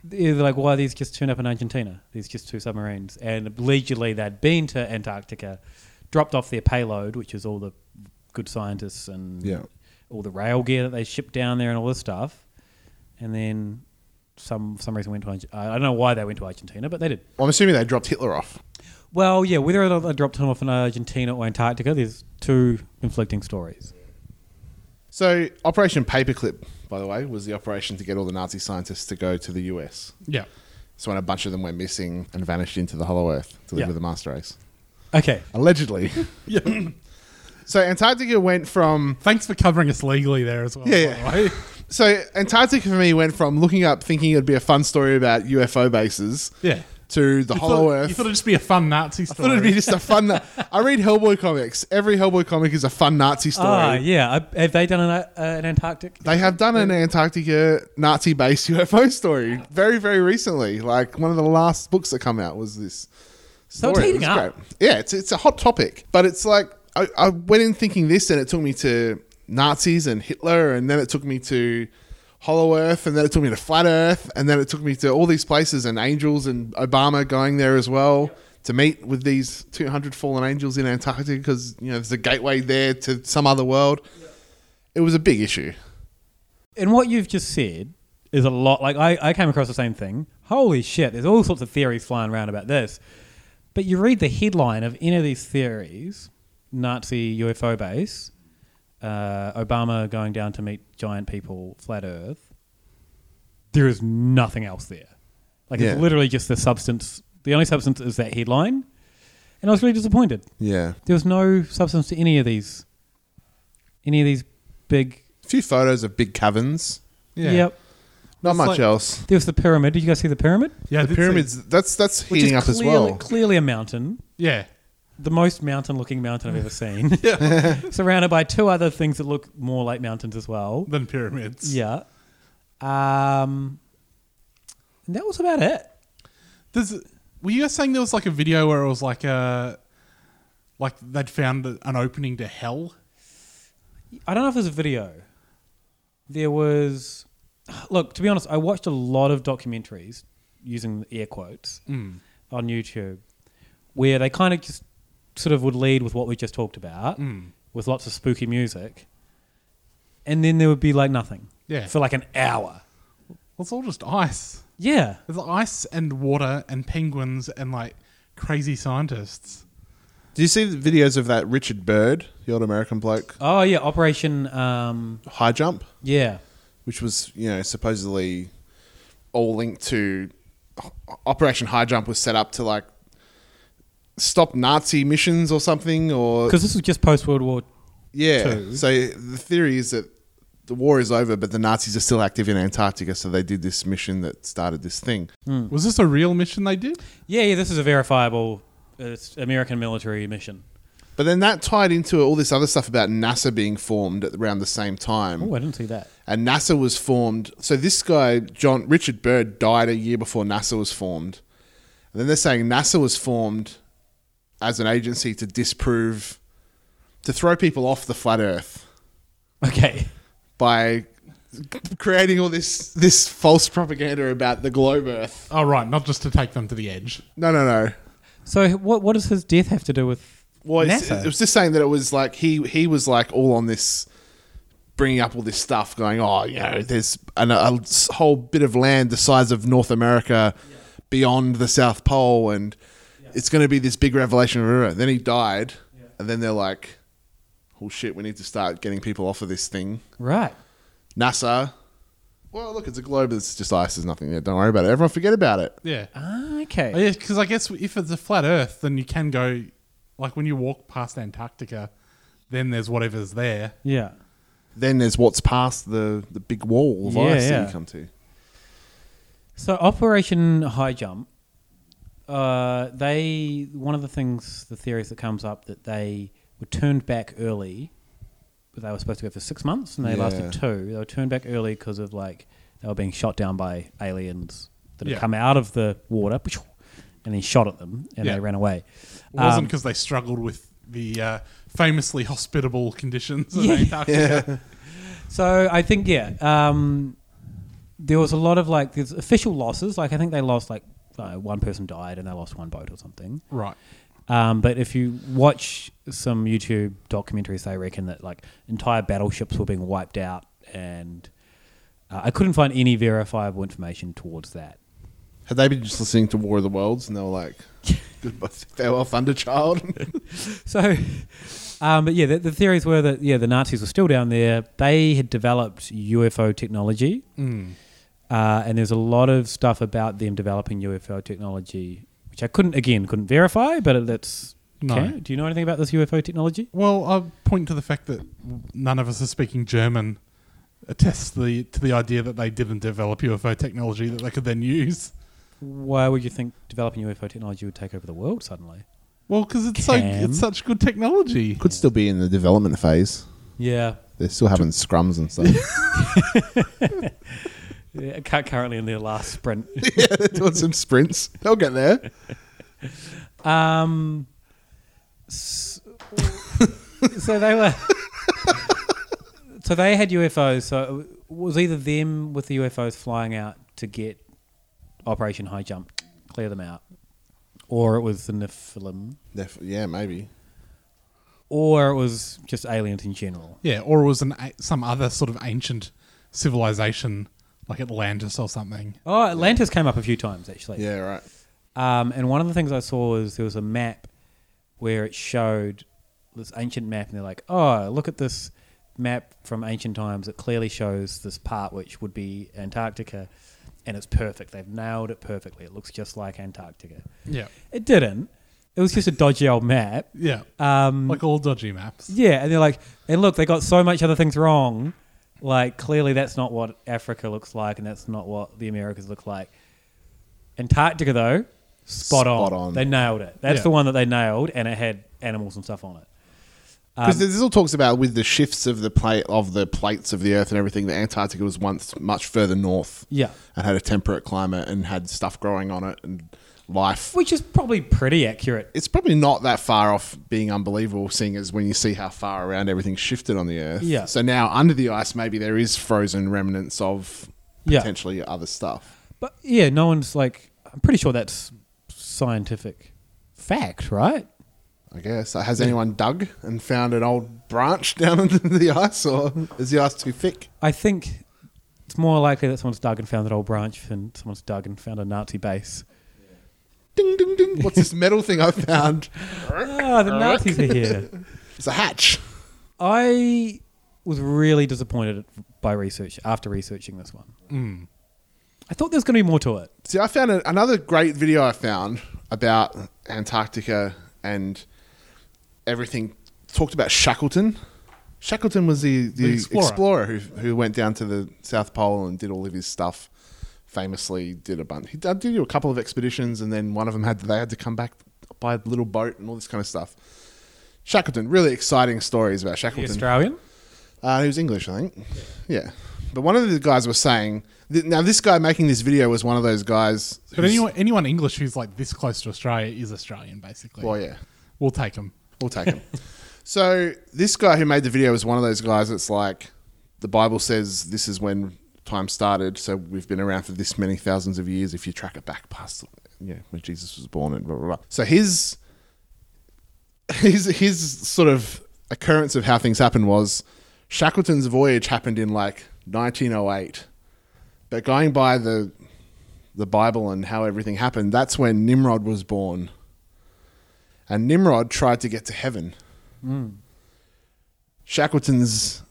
E: they're like, why these just turned up in Argentina? These just two submarines, and allegedly they'd been to Antarctica, dropped off their payload, which is all the good scientists and
G: Yeah.
E: all the rail gear that they shipped down there and all this stuff, and then some some reason went to Arge- I I don't know why they went to Argentina, but they did.
G: I'm assuming they dropped Hitler off.
E: Well, yeah, whether or not they dropped him off in Argentina or Antarctica, there's two conflicting stories.
G: So Operation Paperclip, by the way, was the operation to get all the Nazi scientists to go to the US.
F: Yeah.
G: So when a bunch of them went missing and vanished into the Hollow Earth to live
E: Yeah.
G: with the Master Race.
E: Okay.
G: Allegedly. So Antarctica went from.
F: Thanks for covering us legally there as well.
G: Yeah,
F: by
G: yeah. So Antarctica for me went from looking up thinking it'd be a fun story about UFO bases.
F: Yeah.
G: To the
F: You
G: Hollow
F: thought-
G: Earth.
F: You thought it'd just be a fun Nazi
G: I
F: story.
G: thought it'd be just a fun. Na- I read Hellboy comics. Every Hellboy comic is a fun Nazi story.
E: Ah, yeah. I- Have they done an, uh, an Antarctic?
G: They have done an Antarctica Nazi based UFO story very, very recently. Like one of the last books that come out was this.
E: So it's
G: story. It
E: heating
G: was
E: up.
G: great. Yeah, it's, it's a hot topic. But it's like, I, I went in thinking this and it took me to Nazis and Hitler, and then it took me to Hollow Earth, and then it took me to Flat Earth, and then it took me to all these places and angels and Obama going there as well. To meet with these 200 fallen angels in Antarctica because you know there's a gateway there to some other world. It was a big issue.
E: And what you've just said is a lot. Like, I, I came across the same thing. Holy shit, there's all sorts of theories flying around about this. But you read the headline of any of these theories Nazi UFO base, uh, Obama going down to meet giant people, flat earth. There is nothing else there. Like,
G: Yeah.
E: it's literally just the substance. The only substance is that headline. And I was really disappointed.
G: Yeah.
E: There was no substance to any of these. Any of these big.
G: A few photos of big caverns.
E: Yeah. Yep.
G: Not
E: It's
G: much
E: like-
G: else.
E: There was the pyramid. Did you guys see the pyramid?
G: Yeah, The I did see- pyramids- that's- that's
E: Which is
G: heating up as
E: clearly-
G: well.
E: Clearly a mountain.
F: Yeah.
E: The most mountain-looking mountain I've ever seen. Surrounded by two other things that look more like mountains as well
F: than pyramids.
E: Yeah. Um, and that was about it.
F: There's, were you guys saying there was like a video where it was like
E: uh,
F: a, like they'd found an opening to hell?
E: I don't know if there's a video. There was, look, to be honest, I watched a lot of documentaries using the air quotes
F: Mm.
E: on YouTube where they kind of just sort of would lead with what we just talked about
F: Mm.
E: with lots of spooky music. And then there would be like nothing
F: Yeah.
E: for like an hour.
F: Well, it's all just ice.
E: Yeah.
F: There's ice and water and penguins and like crazy scientists.
G: Do you see the videos of that Richard Bird, the old American bloke,
E: Oh, yeah. Operation. Um,
G: high jump?
E: Yeah.
G: Which was, you know, supposedly all linked to Operation High Jump was set up to like stop Nazi missions or something or
E: because this was just post World War
G: Yeah.
E: Two.
G: So the theory is that the war is over, but the Nazis are still active in Antarctica, so they did this mission that started this thing.
F: Was this a real mission they did?
E: Yeah, yeah, this is a verifiable uh, it's American military mission.
G: But then that tied into all this other stuff about NASA being formed at around the same time.
E: Oh, I didn't see that.
G: And NASA was formed. So this guy, John Richard Byrd, died a year before NASA was formed. And then they're saying NASA was formed as an agency to disprove, to throw people off the flat Earth.
E: Okay.
G: By creating all this this false propaganda about the globe Earth.
F: Oh, right. Not just to take them to the edge.
G: No, no, no.
E: So what what does his death have to do with
G: Well, it's,
E: NASA?
G: it was just saying that it was like he he was like all on this, bringing up all this stuff, going, oh, you know, there's an, a s- whole bit of land the size of North America, beyond the South Pole, and it's going to be this big revelation. blah, blah, blah." Then he died, and then they're like, oh shit, we need to start getting people off of this thing.
E: Right.
G: NASA. Well, look, it's a globe. It's just ice. There's nothing there. Don't worry about it. Everyone forget about it.
F: Yeah.
E: Ah, okay.
F: Oh, yeah, because I guess if it's a flat Earth, then you can go, like when you walk past Antarctica, then there's whatever's there.
E: Yeah.
G: Then there's what's past the, the big wall of
E: Yeah,
G: ice that
E: yeah.
G: you come to.
E: So Operation High Jump, uh, they one of the things the theories that comes up that they were turned back early. but They were supposed to go for six months, and they lasted
G: Yeah.
E: two. They were turned back early because of like they were being shot down by aliens that had
G: Yeah.
E: come out of the water and he shot at them and
F: Yeah.
E: they ran away.
F: It wasn't
E: Um,
F: because they struggled with the uh, famously hospitable conditions of
E: yeah.
F: Antarctica.
E: so I think yeah, um, there was a lot of like there's official losses. Like I think they lost like uh, one person died and they lost one boat or something.
F: Right.
E: Um, but if you watch some YouTube documentaries, they reckon that like entire battleships were being wiped out, and uh, I couldn't find any verifiable information towards that.
G: Had they been just listening to War of the Worlds and they were like, "Goodbye, farewell, Thunderchild."
E: so, um, but yeah, the, the theories were that yeah, the Nazis were still down there. They had developed UFO technology,
F: Mm.
E: uh, and there's a lot of stuff about them developing UFO technology, which I couldn't again couldn't verify, but it- that's
F: No.
E: Can- do you know anything about this UFO technology?
F: Well, I'll point to the fact that none of us are speaking German attests the, to the idea that they didn't develop UFO technology that they could then use.
E: Why would you think developing UFO technology would take over the world suddenly?
F: Well, because it's, so,
E: Cam.
F: it's such good technology.
G: Could still be in the development phase.
E: Yeah.
G: they're still having scrums and stuff.
E: Yeah, cu- currently in their last sprint.
G: yeah, they're doing some sprints. They'll get there.
E: Um, s- so they were. so they had UFOs. So it w- was either them with the UFOs flying out to get Operation High Jump, clear them out, or it was the Nephilim,
G: Def- yeah, maybe.
E: or it was just aliens in general.
F: Yeah, or it was an, a- some other sort of ancient civilization like Atlantis or something.
E: Oh, Atlantis came up a few times actually.
G: Yeah, right.
E: Um, and one of the things I saw was there was a map where it showed this ancient map, and they're like, "Oh, look at this map from ancient times. It clearly shows this part which would be Antarctica, and it's perfect. They've nailed it perfectly. It looks just like Antarctica."
F: Yeah.
E: it didn't. It was just a dodgy old map.
F: Yeah.
E: um,
F: Like all dodgy maps.
E: yeah, and they're like, and look, they got so much other things wrong. Like, clearly, that's not what Africa looks like, and that's not what the Americas look like. Antarctica, though, spot,
G: Spot
E: on.
G: on.
E: They nailed it. That's
G: Yeah.
E: the one that they nailed, and it had animals and stuff on it. Um,
G: Because this all talks about with the shifts of the plate of the plates of the Earth and everything. That Antarctica was once much further north.
E: Yeah.
G: and had a temperate climate and had stuff growing on it and life,
E: which is probably pretty accurate.
G: It's probably not that far off being unbelievable, seeing as when you see how far around everything shifted on the Earth.
E: Yeah.
G: So now under the ice, maybe there is frozen remnants of
E: Yeah.
G: potentially other stuff.
E: but yeah, no one's like, I'm pretty sure that's scientific fact, right?
G: I guess. So Has anyone dug and found an old branch down under the ice, or is the ice too thick?
E: I think it's more likely that someone's dug and found that old branch than someone's dug and found a Nazi base.
G: What's this metal thing I found?
E: Ah, the Nazis are here.
G: It's a hatch.
E: I was really disappointed by research after researching this one.
G: Mm.
E: I thought there was going to be more to it.
G: See, I found a- another great video I found about Antarctica and everything. Talked about Shackleton. Shackleton was the, the,
F: The explorer.
G: explorer, who, who went down to the South Pole and did all of his stuff. Famously, did a bunch. He did do a couple of expeditions, and then one of them had they had to come back by a little boat and all this kind of stuff. Shackleton, really exciting stories about Shackleton.
E: Australian?
G: Uh, he was English, I think. Yeah. But one of the guys was saying, th- now this guy making this video was one of those guys.
F: But
G: who's-
F: anyone, anyone English who's like this close to Australia is Australian, basically.
G: Well, yeah.
F: We'll take them.
G: We'll take them. so this guy who made the video is one of those guys that's like, the Bible says this is when time started, so we've been around for this many thousands of years. If you track it back past, you know, when Jesus was born and blah blah blah. So his his his sort of occurrence of how things happened was Shackleton's voyage happened in like 1908, but going by the the Bible and how everything happened, that's when Nimrod was born. And Nimrod tried to get to heaven.
E: Mm.
G: Shackleton's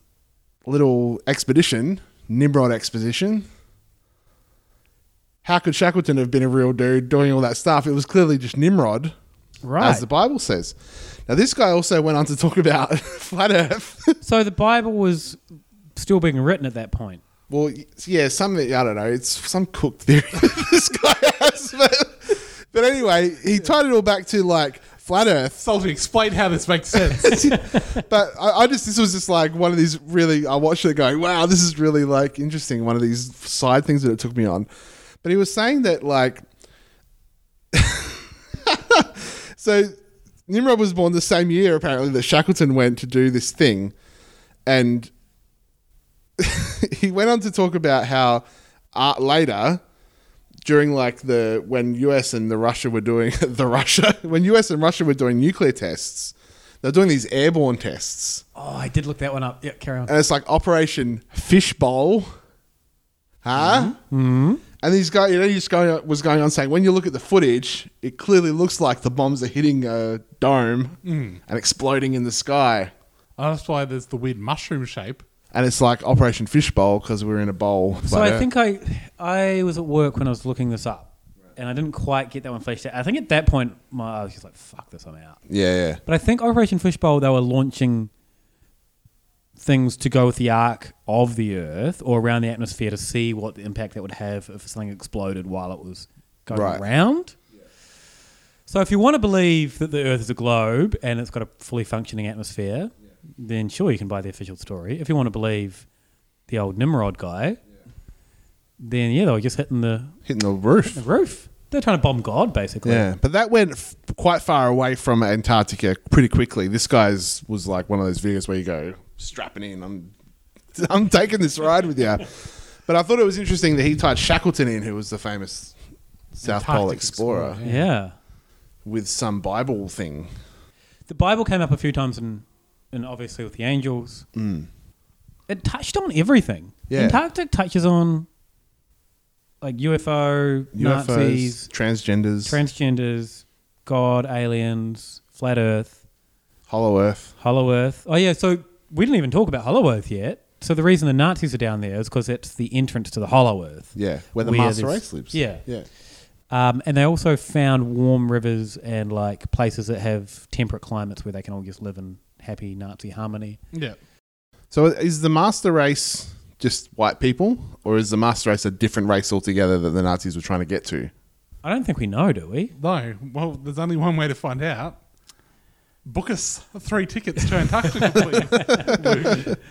G: little expedition, Nimrod expedition. How could Shackleton have been a real dude doing all that stuff? It was clearly just Nimrod,
E: Right.
G: As the Bible says. Now, this guy also went on to talk about flat Earth.
E: so the Bible was still being written at that point.
G: Well, y- yeah, some I don't know. It's some cooked theory that this guy has, but, but anyway, he tied it all back to like flat Earth.
F: Salty, explain how this makes sense.
G: but I, I just this was just like one of these really. I watched it going, wow, this is really like interesting. One of these side things that it took me on. But he was saying that like So Nimrod was born the same year, apparently, that Shackleton went to do this thing. And he went on to talk about how uh, later, during like the when US and the Russia were doing the Russia when US and Russia were doing nuclear tests, they're doing these airborne tests,
E: Oh, I did look that one up. Yeah, carry on.
G: and it's like Operation Fishbowl, huh?
E: Mhm.
G: And these guys, you know, he's going was going on saying when you look at the footage, it clearly looks like the bombs are hitting a dome
F: Mm.
G: and exploding in the sky,
F: Oh, that's why there's the weird mushroom shape.
G: and it's like Operation Fishbowl because we're in a bowl.
E: So
G: But,
E: I
G: uh,
E: think I I was at work when I was looking this up, and I didn't quite get that one fleshed out. I think at that point, my, I was just like, "Fuck this, I'm out."
G: yeah, yeah.
E: But I think Operation Fishbowl they were launching things to go with the arc of the Earth or around the atmosphere to see what the impact that would have if something exploded while it was going
G: Right.
E: around. So if you want to believe that the Earth is a globe and it's got a fully functioning atmosphere, then sure you can buy the official story. If you want to believe the old Nimrod guy, then yeah, they were just hitting the
G: hitting the roof.
E: the roof. They're trying to bomb God basically.
G: Yeah, but that went f- quite far away from Antarctica pretty quickly. This guy's was like one of those videos where you go, strapping in, I'm, I'm taking this ride with you. But I thought it was interesting that he tied Shackleton in, who was the famous South Pole
E: Antarctic
G: explorer,
E: explorer, yeah. Yeah.
G: with some Bible thing.
E: The Bible came up a few times, and and obviously with the angels,
G: Mm.
E: it touched on everything.
G: Yeah.
E: Antarctic touches on like UFO,
G: UFOs,
E: Nazis,
G: transgenders,
E: transgenders, God, aliens, flat Earth,
G: Hollow Earth,
E: Hollow Earth. Oh yeah, so we didn't even talk about Hollow Earth yet. So the reason the Nazis are down there is because it's the entrance to the Hollow Earth.
G: Yeah, where the Master
E: this-
G: Race lives.
E: Yeah,
G: Yeah.
E: Um, and they also found warm rivers and like places that have temperate climates where they can all just live in happy Nazi harmony.
F: Yeah.
G: So is the Master Race just white people, or is the Master Race a different race altogether that the Nazis were trying to get to?
E: I don't think we know, do we?
F: No. Well, there's only one way to find out. Book us three tickets to Antarctica, please. Luke.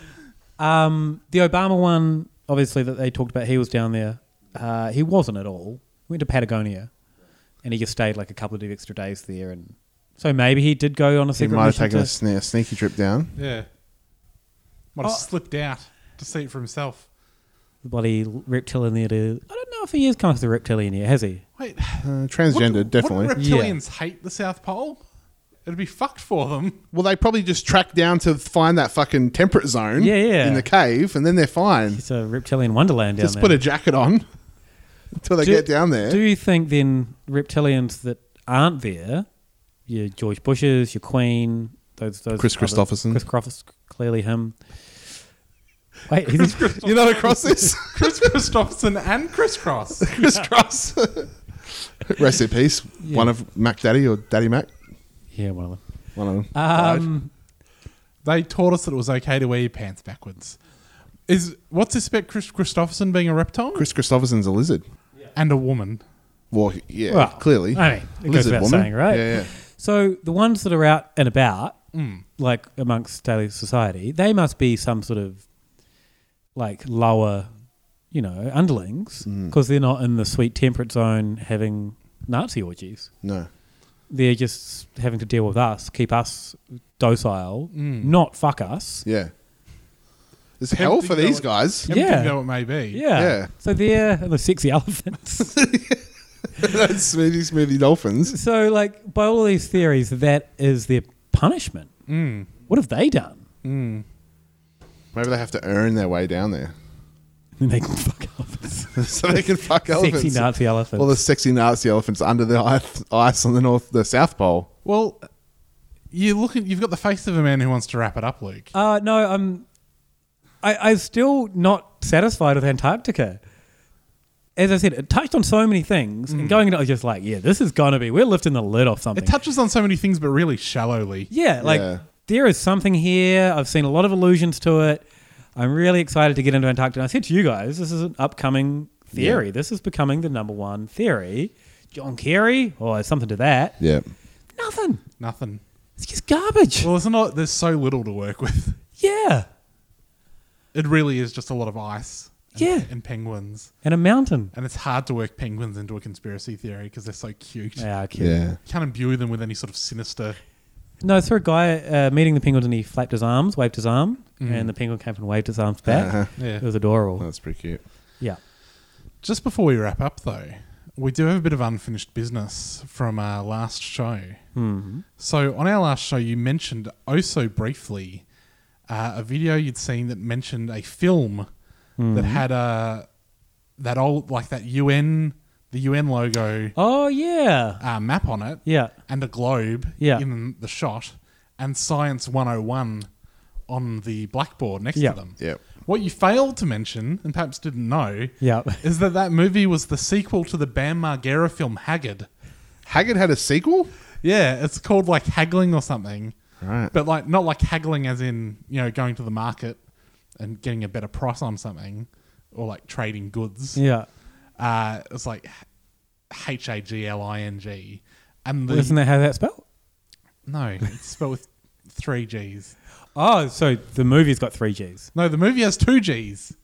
E: Um, the Obama one, obviously, that they talked about, he was down there. Uh, he wasn't at all. He went to Patagonia, and he just stayed like a couple of extra days there, and so maybe he did go on a
G: He
E: secret
G: might have
E: mission.
G: taken a,
E: to-
G: sne- a sneaky trip down.
F: yeah. Might have
E: Oh.
F: slipped out to see it for himself.
E: the bloody reptilian there. To, I don't know if he is kind of the reptilian here, has he?
F: Wait.
G: Uh, transgender,
F: wouldn't-
G: definitely.
F: Wouldn't reptilians hate the South Pole? It'd be fucked for them.
G: Well, they probably just track down to find that fucking temperate zone
F: Yeah, yeah.
G: in the cave, and then they're fine.
E: It's a reptilian wonderland down
G: Just
E: there.
G: put a jacket on until they
E: Do-
G: get down there.
E: Do you think then reptilians that aren't there, your George Bushes, your Queen, those those
G: Chris
E: other-
G: Christopherson.
E: Chris Christopherson, clearly him. Wait, he's
G: You're not across this?
F: Chris Christopherson and Chris Cross.
G: Chris Cross. Rest in peace.
F: Yeah.
G: One of Mac Daddy or Daddy Mac.
E: Yeah, one of them.
G: One of them.
E: Um,
F: they taught us that it was okay to wear your pants backwards. Is what's this about Chris Christopherson being a reptile
G: Chris Christopherson's a lizard.
F: and a woman?
G: Well, he- yeah,
E: Well,
G: clearly.
E: I mean, it goes without saying, right?
G: Yeah, yeah.
E: So the ones that are out and about,
F: Mm.
E: like amongst daily society, they must be some sort of like lower, you know, underlings
G: Hmm.
E: because they're not in the sweet temperate zone having Nazi orgies.
G: No.
E: They're just having to deal with us, keep us docile,
F: Mm.
E: not fuck us.
G: Yeah. There's hell for
F: Everything
G: these
F: though it-
G: guys.
F: everything
E: Yeah.
F: though it may be.
E: Yeah. So they're the sexy elephants.
G: That's smoothie, smoothie dolphins.
E: so, like, by all these theories, that is their punishment.
F: Mm.
E: What have they done?
F: Mm.
G: Maybe they have to earn their way down there.
E: And they can fuck elephants.
G: so they can fuck
E: Sexy
G: elephants.
E: Nazi elephants.
G: All the sexy Nazi elephants under the ice- ice on the north, the South Pole.
F: Well, you look at, you've got the face of a man who wants to wrap it up, Luke.
E: Uh, no, I'm. I, I'm still not satisfied with Antarctica. As I said, it touched on so many things,
F: Mm.
E: and going into it, I was just like, yeah, this is gonna be. We're lifting the lid off something.
F: It touches on so many things, but really shallowly.
E: yeah, like there is something here. I've seen a lot of allusions to it. I'm really excited to get into Antarctica. And I said to you guys, this is an upcoming theory.
G: Yeah.
E: This is becoming the number one theory. John Kerry, or something to that.
G: Yeah.
E: Nothing.
F: Nothing.
E: It's just garbage.
F: Well, there's not. There's so little to work with.
E: Yeah.
F: It really is just a lot of ice. Yeah.
E: and penguins.
F: And a mountain.
E: And it's hard to work penguins into a conspiracy theory because they're so cute.
F: They are cute. Yeah.
E: You can't imbue them with any sort of sinister.
F: No, I saw a guy uh, meeting the penguins and he flapped his arms, waved his arm,
E: Mm.
F: and the penguin came up and waved his arms back.
E: Uh-huh. Yeah.
F: It was adorable.
G: That's pretty cute.
F: Yeah.
E: Just before we wrap up, though, we do have a bit of unfinished business from our last show.
F: Mhm.
E: So, on our last show, you mentioned oh so briefly uh, a video you'd seen that mentioned a film that
F: Mhm.
E: had a that old like that UN the UN logo.
F: Oh yeah,
E: uh, map on it.
F: Yeah,
E: and a globe.
F: Yeah.
E: in the shot, and Science 101 on the blackboard next
F: Yeah.
E: to them.
G: Yep.
E: What you failed to mention, and perhaps didn't know,
F: Yeah.
E: is that that movie was the sequel to the Bam Margera film Haggard.
G: Haggard had a sequel?
E: Yeah, it's called like Haggling or something.
G: Right.
E: But like not like haggling as in, you know, going to the market and getting a better price on something or like trading goods.
F: Yeah.
E: Uh, it's like H A G L I N G. And the,
F: Well, Isn't that how that's spelled?
E: No, it's spelled with three G's.
F: Oh, so the movie's got three Gs.
E: No, the movie has two G's.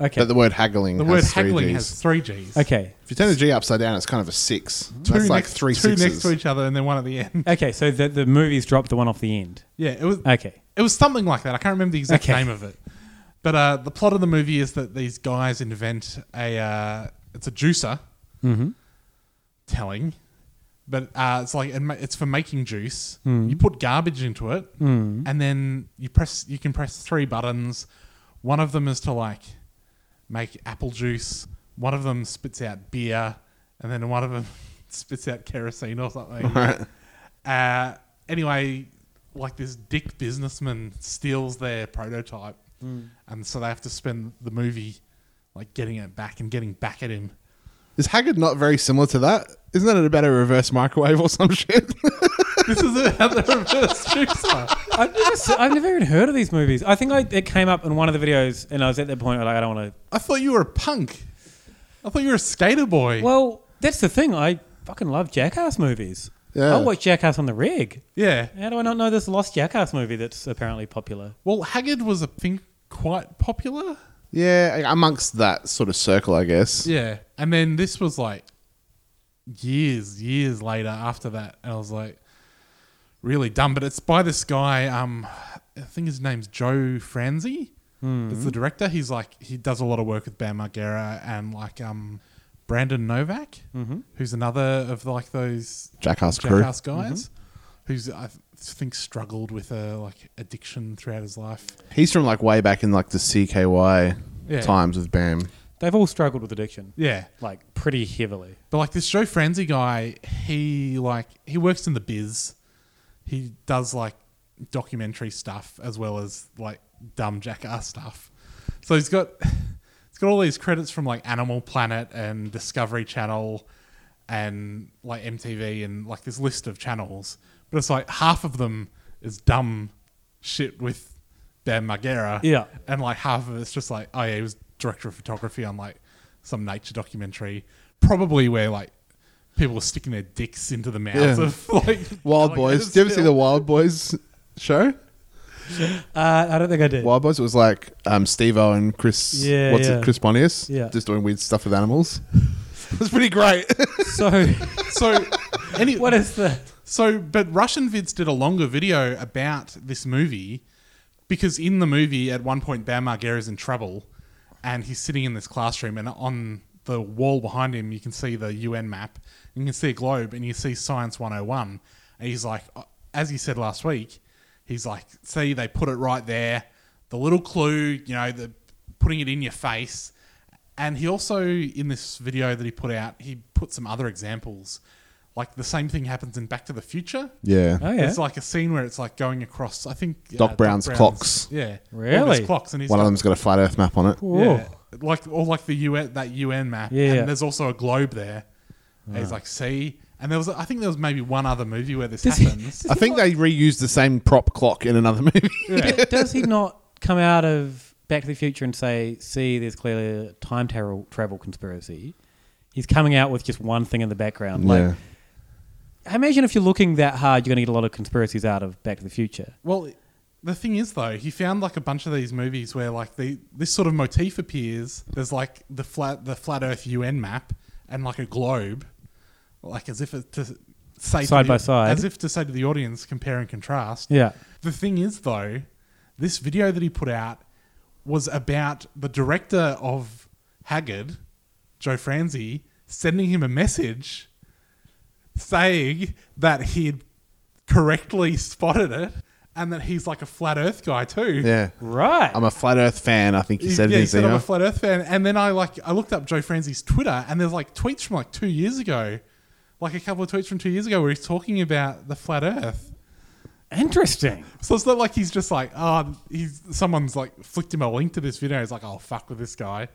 F: Okay.
G: But the word haggling
E: The
G: has
E: word
G: three
E: haggling
G: Gs.
E: has three Gs.
F: Okay.
G: If you turn the G upside down, it's kind of a six.
E: Two
G: That's like
E: next-
G: three
E: two
G: sixes.
E: next to each other and then one at the end.
F: Okay, so the, the movies dropped the one off the end.
E: Yeah, it was
F: Okay.
E: It was something like that. I can't remember the exact
F: Okay.
E: name of it. But uh, the plot of the movie is that these guys invent a uh, it's a juicer
F: Mhm.
E: telling, but uh, it's like it ma- it's for making juice.
F: Mm.
E: You put garbage into it,
F: Mm.
E: and then you press you can press three buttons. One of them is to like make apple juice. One of them spits out beer, and then one of them spits out kerosene or something.
G: Right.
E: Uh, anyway, like this dick businessman steals their prototype,
G: Mm.
E: and so they have to spend the movie like getting it back and getting back at him.
G: Is Haggard not very similar to that? Isn't that about a reverse microwave or some shit?
E: this is about the reverse juicer.
F: I've never, se- I've never even heard of these movies. I think I, it came up in one of the videos, and I was at that point like I don't want to.
E: I thought you were a punk. I thought you were a skater boy.
F: Well, that's the thing. I fucking love Jackass movies.
E: Yeah.
F: I watch Jackass on the rig.
E: Yeah.
F: How do I not know this lost Jackass movie that's apparently popular?
E: Well, Haggard was a thing quite popular.
G: yeah, amongst that sort of circle, I guess.
E: Yeah. And then this was like years, years later after that. And I was like, really dumb. But it's by this guy, um, I think his name's Joe Franzi.
F: Hmm.
E: It's the director. He's like, he does a lot of work with Bam Margera and like um, Brandon Novak,
F: Mhm.
E: who's another of like those
G: Jackass crew.
E: Jackass guys. Who's I think struggled with a like addiction throughout his life.
G: He's from like way back in like the CKY
E: Yeah.
G: times with Bam.
F: They've all struggled with addiction.
E: Yeah.
F: Like pretty heavily.
E: But like this Joe Franzi guy, he like he works in the biz. He does like documentary stuff as well as like dumb jackass stuff. So he's got he's got all these credits from like Animal Planet and Discovery Channel and like MTV and like this list of channels. But it's like half of them is dumb shit with Dan Margera.
F: Yeah.
E: And like half of it's just like, oh yeah, he was director of photography on like some nature documentary, probably where like people were sticking their dicks into the mouths of like Oh,
G: Wild Boys. Did you ever see the Wild Boys show?
F: Uh, I don't think I did.
G: Wild Boys it was like um, Steve O and Chris.
F: Yeah,
G: what's
F: yeah.
G: it? Chris Pontius.
F: Yeah.
G: just doing weird stuff with animals.
E: It's pretty great.
F: so,
E: so, any,
F: what is the
E: so? But Russian Vids did a longer video about this movie because in the movie, at one point, Bam Margera is in trouble, and he's sitting in this classroom, and on the wall behind him, you can see the UN map, and you can see a globe, and you see Science 101, and he's like, uh, as he said last week, he's like, see, they put it right there, the little clue, you know, the putting it in your face. And he also, in this video that he put out, he put some other examples. Like the same thing happens in Back to the Future.
G: Yeah. Oh, yeah.
E: It's like a scene where it's like going across, I think.
G: Doc Brown's clocks.
E: Yeah.
F: Really?
E: All of his clocks. And he's
G: One of
E: got-
G: them's got a flat Earth map on it.
E: Yeah. Like, or like the UN, that UN map.
F: Yeah,
E: And
F: yeah.
E: there's also a globe there. And he's
G: Wow.
E: like, see? And there was, I think there was maybe one other movie where this
F: Does he-
E: happens.
G: I think they reused the same prop clock in another movie.
F: D- Does he not come out of Back to the Future and say, "See, there's clearly a time travel travel conspiracy"? He's coming out with just one thing in the background. Like, I imagine if you're looking that hard, you're going to get a lot of conspiracies out of Back to the Future.
E: Well,
F: the thing is though, he found like a bunch of these movies where like the this sort of motif appears. There's like the flat the flat Earth UN map and like a globe, like as if it to say
E: Side
F: to the,
E: by side.
F: as if to say to the audience, compare and contrast.
E: Yeah.
F: The thing is though, this video that he put out was about the director of Haggard, Joe Franzi, sending him a message saying that he had correctly spotted it and that he's like a flat earth guy too.
G: Yeah.
E: Right.
G: I'm a flat Earth fan. I think he said it
F: yeah,
G: in
F: he
G: his
F: said I'm a
G: email.
F: flat earth fan. And then I like I looked up Joe Franzi's Twitter and there's like tweets from like two years ago. Like a couple of tweets from two years ago where he's talking about the flat earth.
E: Interesting.
F: So it's not like he's just like, oh, he's someone's like flicked him a link to this video. He's like, oh fuck with this guy.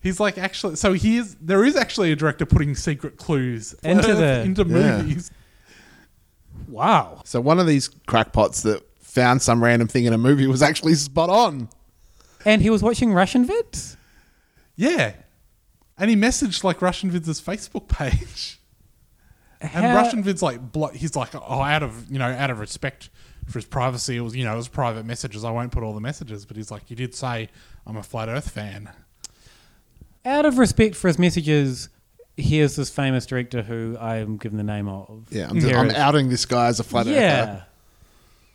F: He's like actually, so he is. There is actually a director putting secret clues
E: Into the-
F: into
G: Yeah.
F: movies.
E: Wow.
G: So one of these crackpots that found some random thing in a movie was actually spot on.
E: And he was watching Russian vids?
F: Yeah. And he messaged like Russian Vids' Facebook page.
E: How-
F: And Russian Vids like blo- he's like oh out of you know out of respect for his privacy it was you know it was private messages I won't put all the messages but he's like you did say I'm a flat Earth fan.
E: Out of respect for his messages, here's this famous director who I'm giving the name of.
G: Yeah, I'm, I'm outing this guy as a flat
E: Yeah.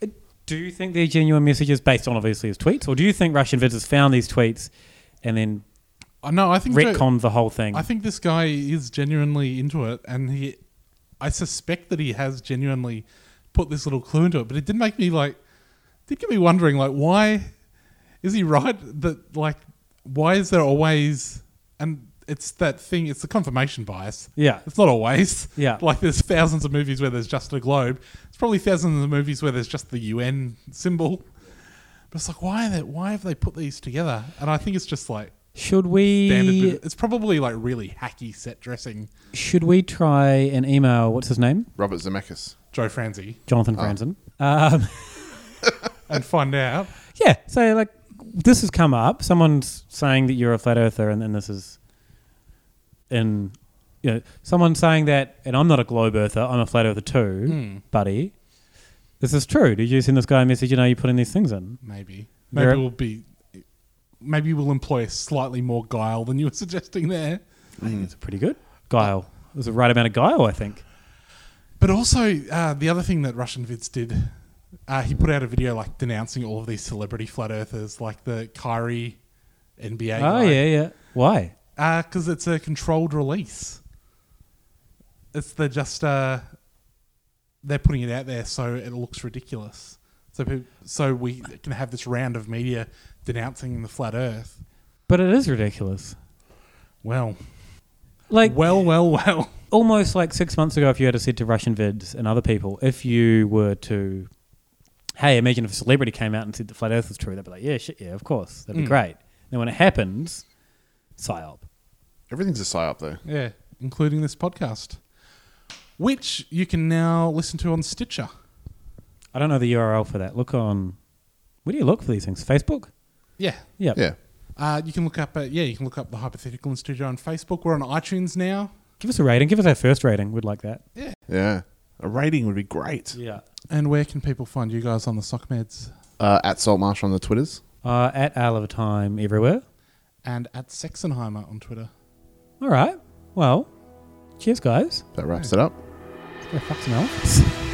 E: Uh, Do you think they're genuine messages based on obviously his tweets, or do you think Russian vids has found these tweets and then
F: I know I think Joe-
E: retconned the whole thing?
F: I think this guy is genuinely into it, and he, I suspect that he has genuinely put this little clue into it. But it did make me like, did get me wondering like, why is he right that like, why is there always and it's that thing, it's the confirmation bias.
E: Yeah.
F: it's not always.
E: Yeah.
F: like there's thousands of movies where there's just a globe. There's probably thousands of movies where there's just the UN symbol. But it's like, why are they, why have they put these together? And I think it's just like
E: Should we-
F: standard bit of- It's probably like really hacky set dressing.
E: Should we try an email? What's his name?
G: Robert Zemeckis.
F: Joe Franzi.
E: Jonathan
F: Oh.
E: Franzen. Um,
F: and find out.
E: yeah. So like, this has come up. Someone's saying that you're a flat earther, and, and this is, in, you know, someone saying that, and I'm not a globe earther. I'm a flat earther too,
F: Hmm.
E: buddy. This is true. Did you send this guy a message? You know, you're putting these things in.
F: Maybe. Maybe
E: There-
F: we'll be. Maybe we'll employ slightly more guile than you were suggesting there.
E: I think it's pretty good. Guile. It was the right amount of guile, I think.
F: But also, uh, the other thing that Russian Vids did, uh, he put out a video like denouncing all of these celebrity flat earthers, like the Kyrie NBA.
E: oh yeah, yeah. Why?
F: yeah. Because it's a controlled release. It's the just uh, they're putting it out there so it looks ridiculous. So peop so we can have this round of media denouncing the flat Earth.
E: But it is ridiculous.
F: Well,
E: like
F: well, well, well.
E: Almost like six months ago, if you had said to Russian vids and other people, if you were to, hey, imagine if a celebrity came out and said the flat Earth was true, they'd be like, yeah, shit, yeah, of course, that'd be
G: Mm.
E: great. Then when it happens, psyop.
G: Everything's a psyop, though.
F: Yeah, including this podcast, which you can now listen to on Stitcher.
E: I don't know the URL for that. Look on. Where do you look for these things? Facebook.
F: Yeah.
E: Yeah.
G: Yeah.
F: Uh, you can look up, uh, yeah, you can look up the Hypothetical in Studio on Facebook. We're on iTunes now.
E: Give us a rating. Give us our first rating. We'd like that.
F: Yeah.
G: Yeah. A rating would be great.
E: Yeah.
F: And where can people find you guys on the Sock Meds
G: Uh, at Salt Marsh on the Twitters.
E: Uh, at Isle of Time everywhere.
F: and at Sexenheimer on Twitter?
E: All right. Well, cheers, guys.
G: That wraps it up.
E: Yeah, fuck some elves.